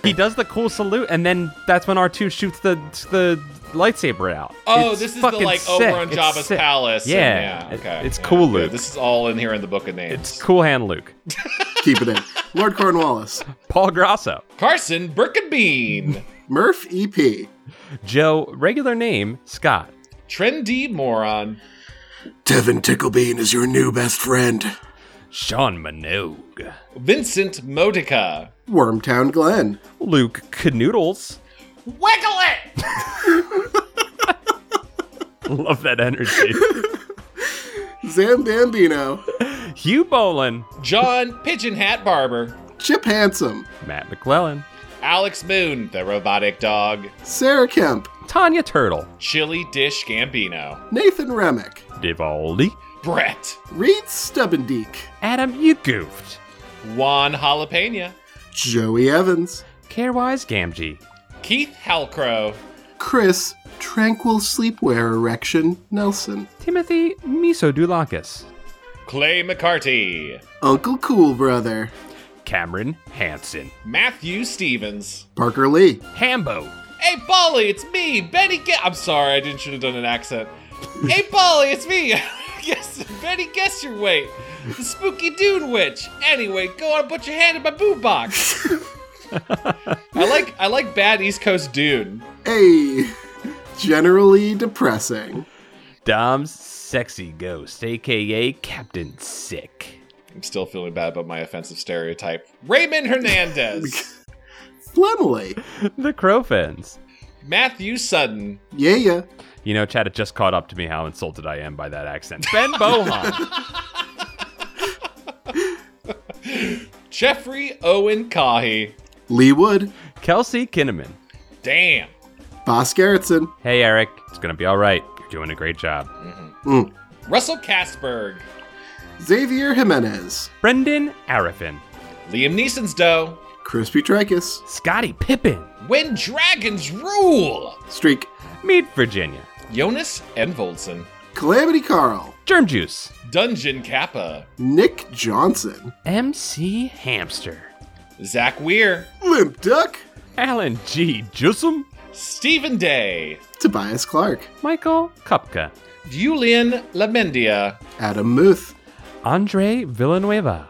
*laughs* he does the cool salute, and then that's when R two shoots the the lightsaber out. Oh, It's this is the fucking like sick. over on It's Jabba's sick. palace. and Yeah, yeah, it- okay. it's yeah, cool, yeah, Luke. This is all in here in the book of names. It's cool hand Luke. Keep it in. Lord Cornwallis. Paul Grasso, Carson *laughs* Birkenbean, Murph E EP. Joe, regular name Scott, trendy moron, Devin Ticklebean is your new best friend. Sean Minogue, Vincent Modica, Wormtown Glen. Luke Canoodles. Wiggle it, *laughs* Love that *laughs* energy. Zam Bambino. Hugh Bolin, John Pigeon Hat Barber, Chip Handsome. Matt McClellan, Alex Moon, the robotic dog, Sarah Kemp. Tanya Turtle, Chili Dish Gambino, Nathan Remick. Divaldi, Brett, Reed Stubbendeek. Adam, you goofed. Juan Jalapena, Joey Evans. Carewise Gamgee, Keith Halcrow, Chris, tranquil sleepwear erection, Nelson. Timothy Misodulakis, Clay McCarty, Uncle Cool Brother. Cameron Hansen, Matthew Stevens. Parker Lee. Hambo, Hey, Polly, it's me, Benny. Ge- I'm sorry, I didn't should have done an accent. hey, Polly, it's me. *laughs* Guess Benny, guess your weight. The spooky Dune witch. Anyway, go on and put your hand in my boo box. I like I like bad East Coast Dune. A. Generally depressing. Dom's sexy ghost, aka Captain Sick. *laughs* I'm still feeling bad about my offensive stereotype. Raymond Hernandez, Flemily. The Crowfins. Matthew Sudden, Yeah, yeah. You know, Chad, it just caught up to me how insulted I am by that accent. Ben *laughs* Bohan. Jeffrey Owen Cahy. Lee Wood. Kelsey Kinneman. Damn. Boss Gerritsen. Hey, Eric. It's going to be all right. You're doing a great job. Russell Casberg, Xavier Jimenez. Brendan Arafin. Liam Neeson's dough. Crispy Tricus. Scotty Pippen. When dragons rule. Streak. Mead Virginia. Jonas Envoldsen, Calamity Carl. Germ Juice. Dungeon Kappa, Nick Johnson. MC Hamster. Zach Weir, Limp Duck. Alan G. Jusum. Stephen Day, Tobias Clark. Michael Kupka. Julian Lamendia, Adam Muth. Andre Villanueva.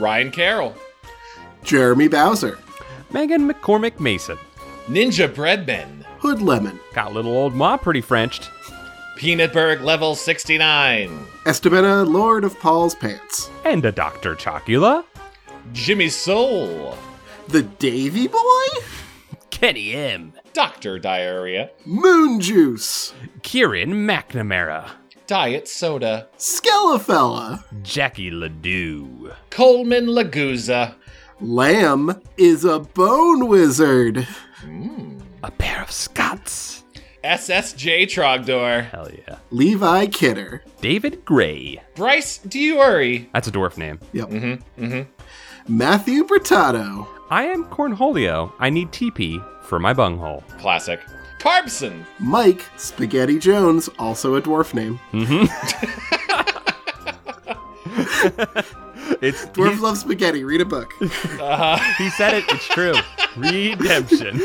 Ryan Carroll, Jeremy Bowser. Megan McCormick Mason. Ninja Breadman, Hood Lemon. Got little old Ma pretty Frenched. Peanutburg Level 69, Estebena, Lord of Paul's Pants. And a Dr. Chocula. Jimmy Soul, The Davy Boy? Kenny M. Dr. Diarrhea, Moon Juice. Kieran McNamara, Diet Soda, Skelefella. Jackie Ledoux, Coleman Laguza, Lamb is a bone wizard. a pair of Scots. SSJ Trogdor, Hell yeah. Levi Kidder. David Gray. Bryce Diori, That's a dwarf name. Yep. mhm. Matthew Brittato. I am Cornholio. I need TP for my bunghole. Classic. Carbson. Mike Spaghetti Jones, also a dwarf name. It's Dwarves love spaghetti. Read a book. Uh-huh. *laughs* he said it. It's true. Redemption.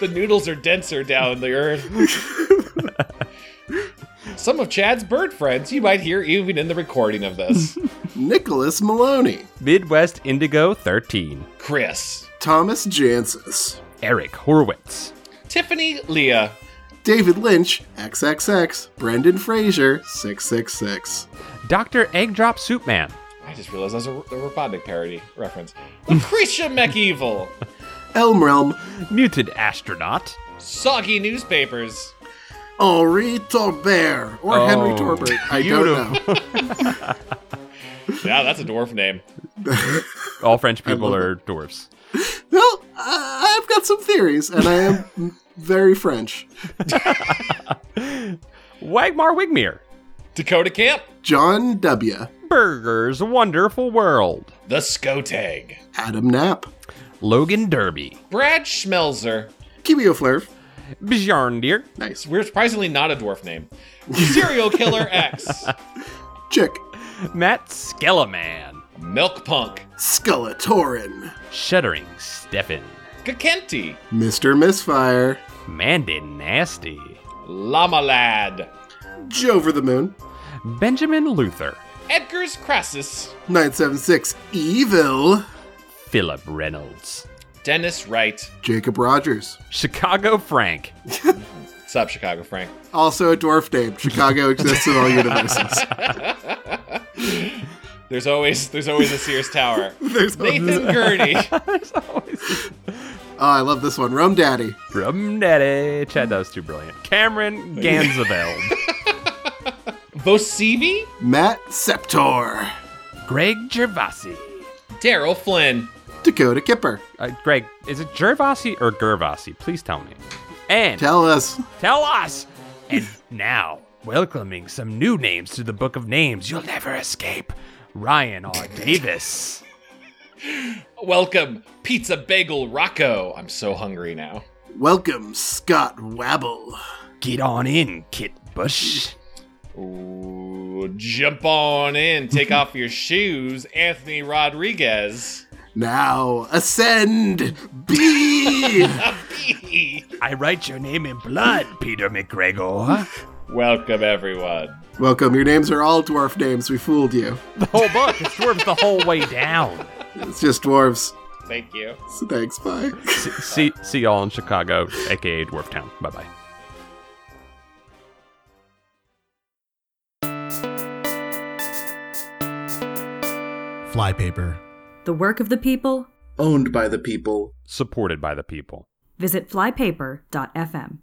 the noodles are denser down the earth. Some of Chad's bird friends you might hear even in the recording of this. Nicholas Maloney, Midwest Indigo 13. Chris, Thomas Jansis, Eric Horwitz. Tiffany, Leah, David Lynch, XXX, Brendan Fraser, 666. Dr. Egg Drop Soup Man. I just realized that's a, a Robotnik parody reference. Lucretia McEvil, Elm Realm, Muted Astronaut. Soggy Newspapers, Henri Torbert, or Henry Oh, Torbert. I don't know. beautiful. Yeah, that's a dwarf name. All French people love are dwarfs. Well, I I've got some theories, and I *laughs* am very French. Wagmar Wigmere. Dakota Camp, John W., Burger's Wonderful World. The Skotag, Adam Knapp, Logan Derby. Brad Schmelzer. Kibio Flurf, Bjorn Deer. nice, We're surprisingly not a dwarf name. Serial Killer X, Chick, Matt Skeleman. Milk Punk, Skeletorin, Shuddering Stefan. Gakenti, Mr. Misfire, Mandy Nasty. Llama Lad, Jover the Moon, Benjamin Luther. Edgar's Crassus, 976 Evil, Philip Reynolds. Dennis Wright. Jacob Rogers. Chicago Frank. Sup, Chicago Frank. Also a dwarf name. *laughs* Chicago exists in all universes. There's always there's always a Sears Tower. There's Nathan Gurney, Oh, I love this one. Rum Daddy. From Daddy. Chad, that was too brilliant. Cameron Ganzabeld. Vosivi, Matt Septor. Greg Gervasi. Daryl Flynn, Dakota Kipper. Uh, Greg, is it Gervasi or Gervasi? Please tell me. And Tell us. tell us. And now, welcoming some new names to the Book of Names you'll never escape. Ryan R. Davis. welcome Pizza Bagel Rocco. I'm so hungry now. Welcome, Scott Wabble. Get on in, Kit Bush. Ooh, jump on in, take off your shoes, Anthony Rodriguez. *laughs* Now ascend. *laughs* Be. I write your name in blood, Peter McGregor. welcome everyone. Welcome. Your names are all dwarf names. We fooled you. The whole book. It's dwarves the whole way down. It's just dwarves. Thank you. So thanks. Bye. See, see y'all in Chicago, aka Dwarftown. Bye bye. Flypaper. The work of the people? Owned by the people. Supported by the people. Visit flypaper.fm.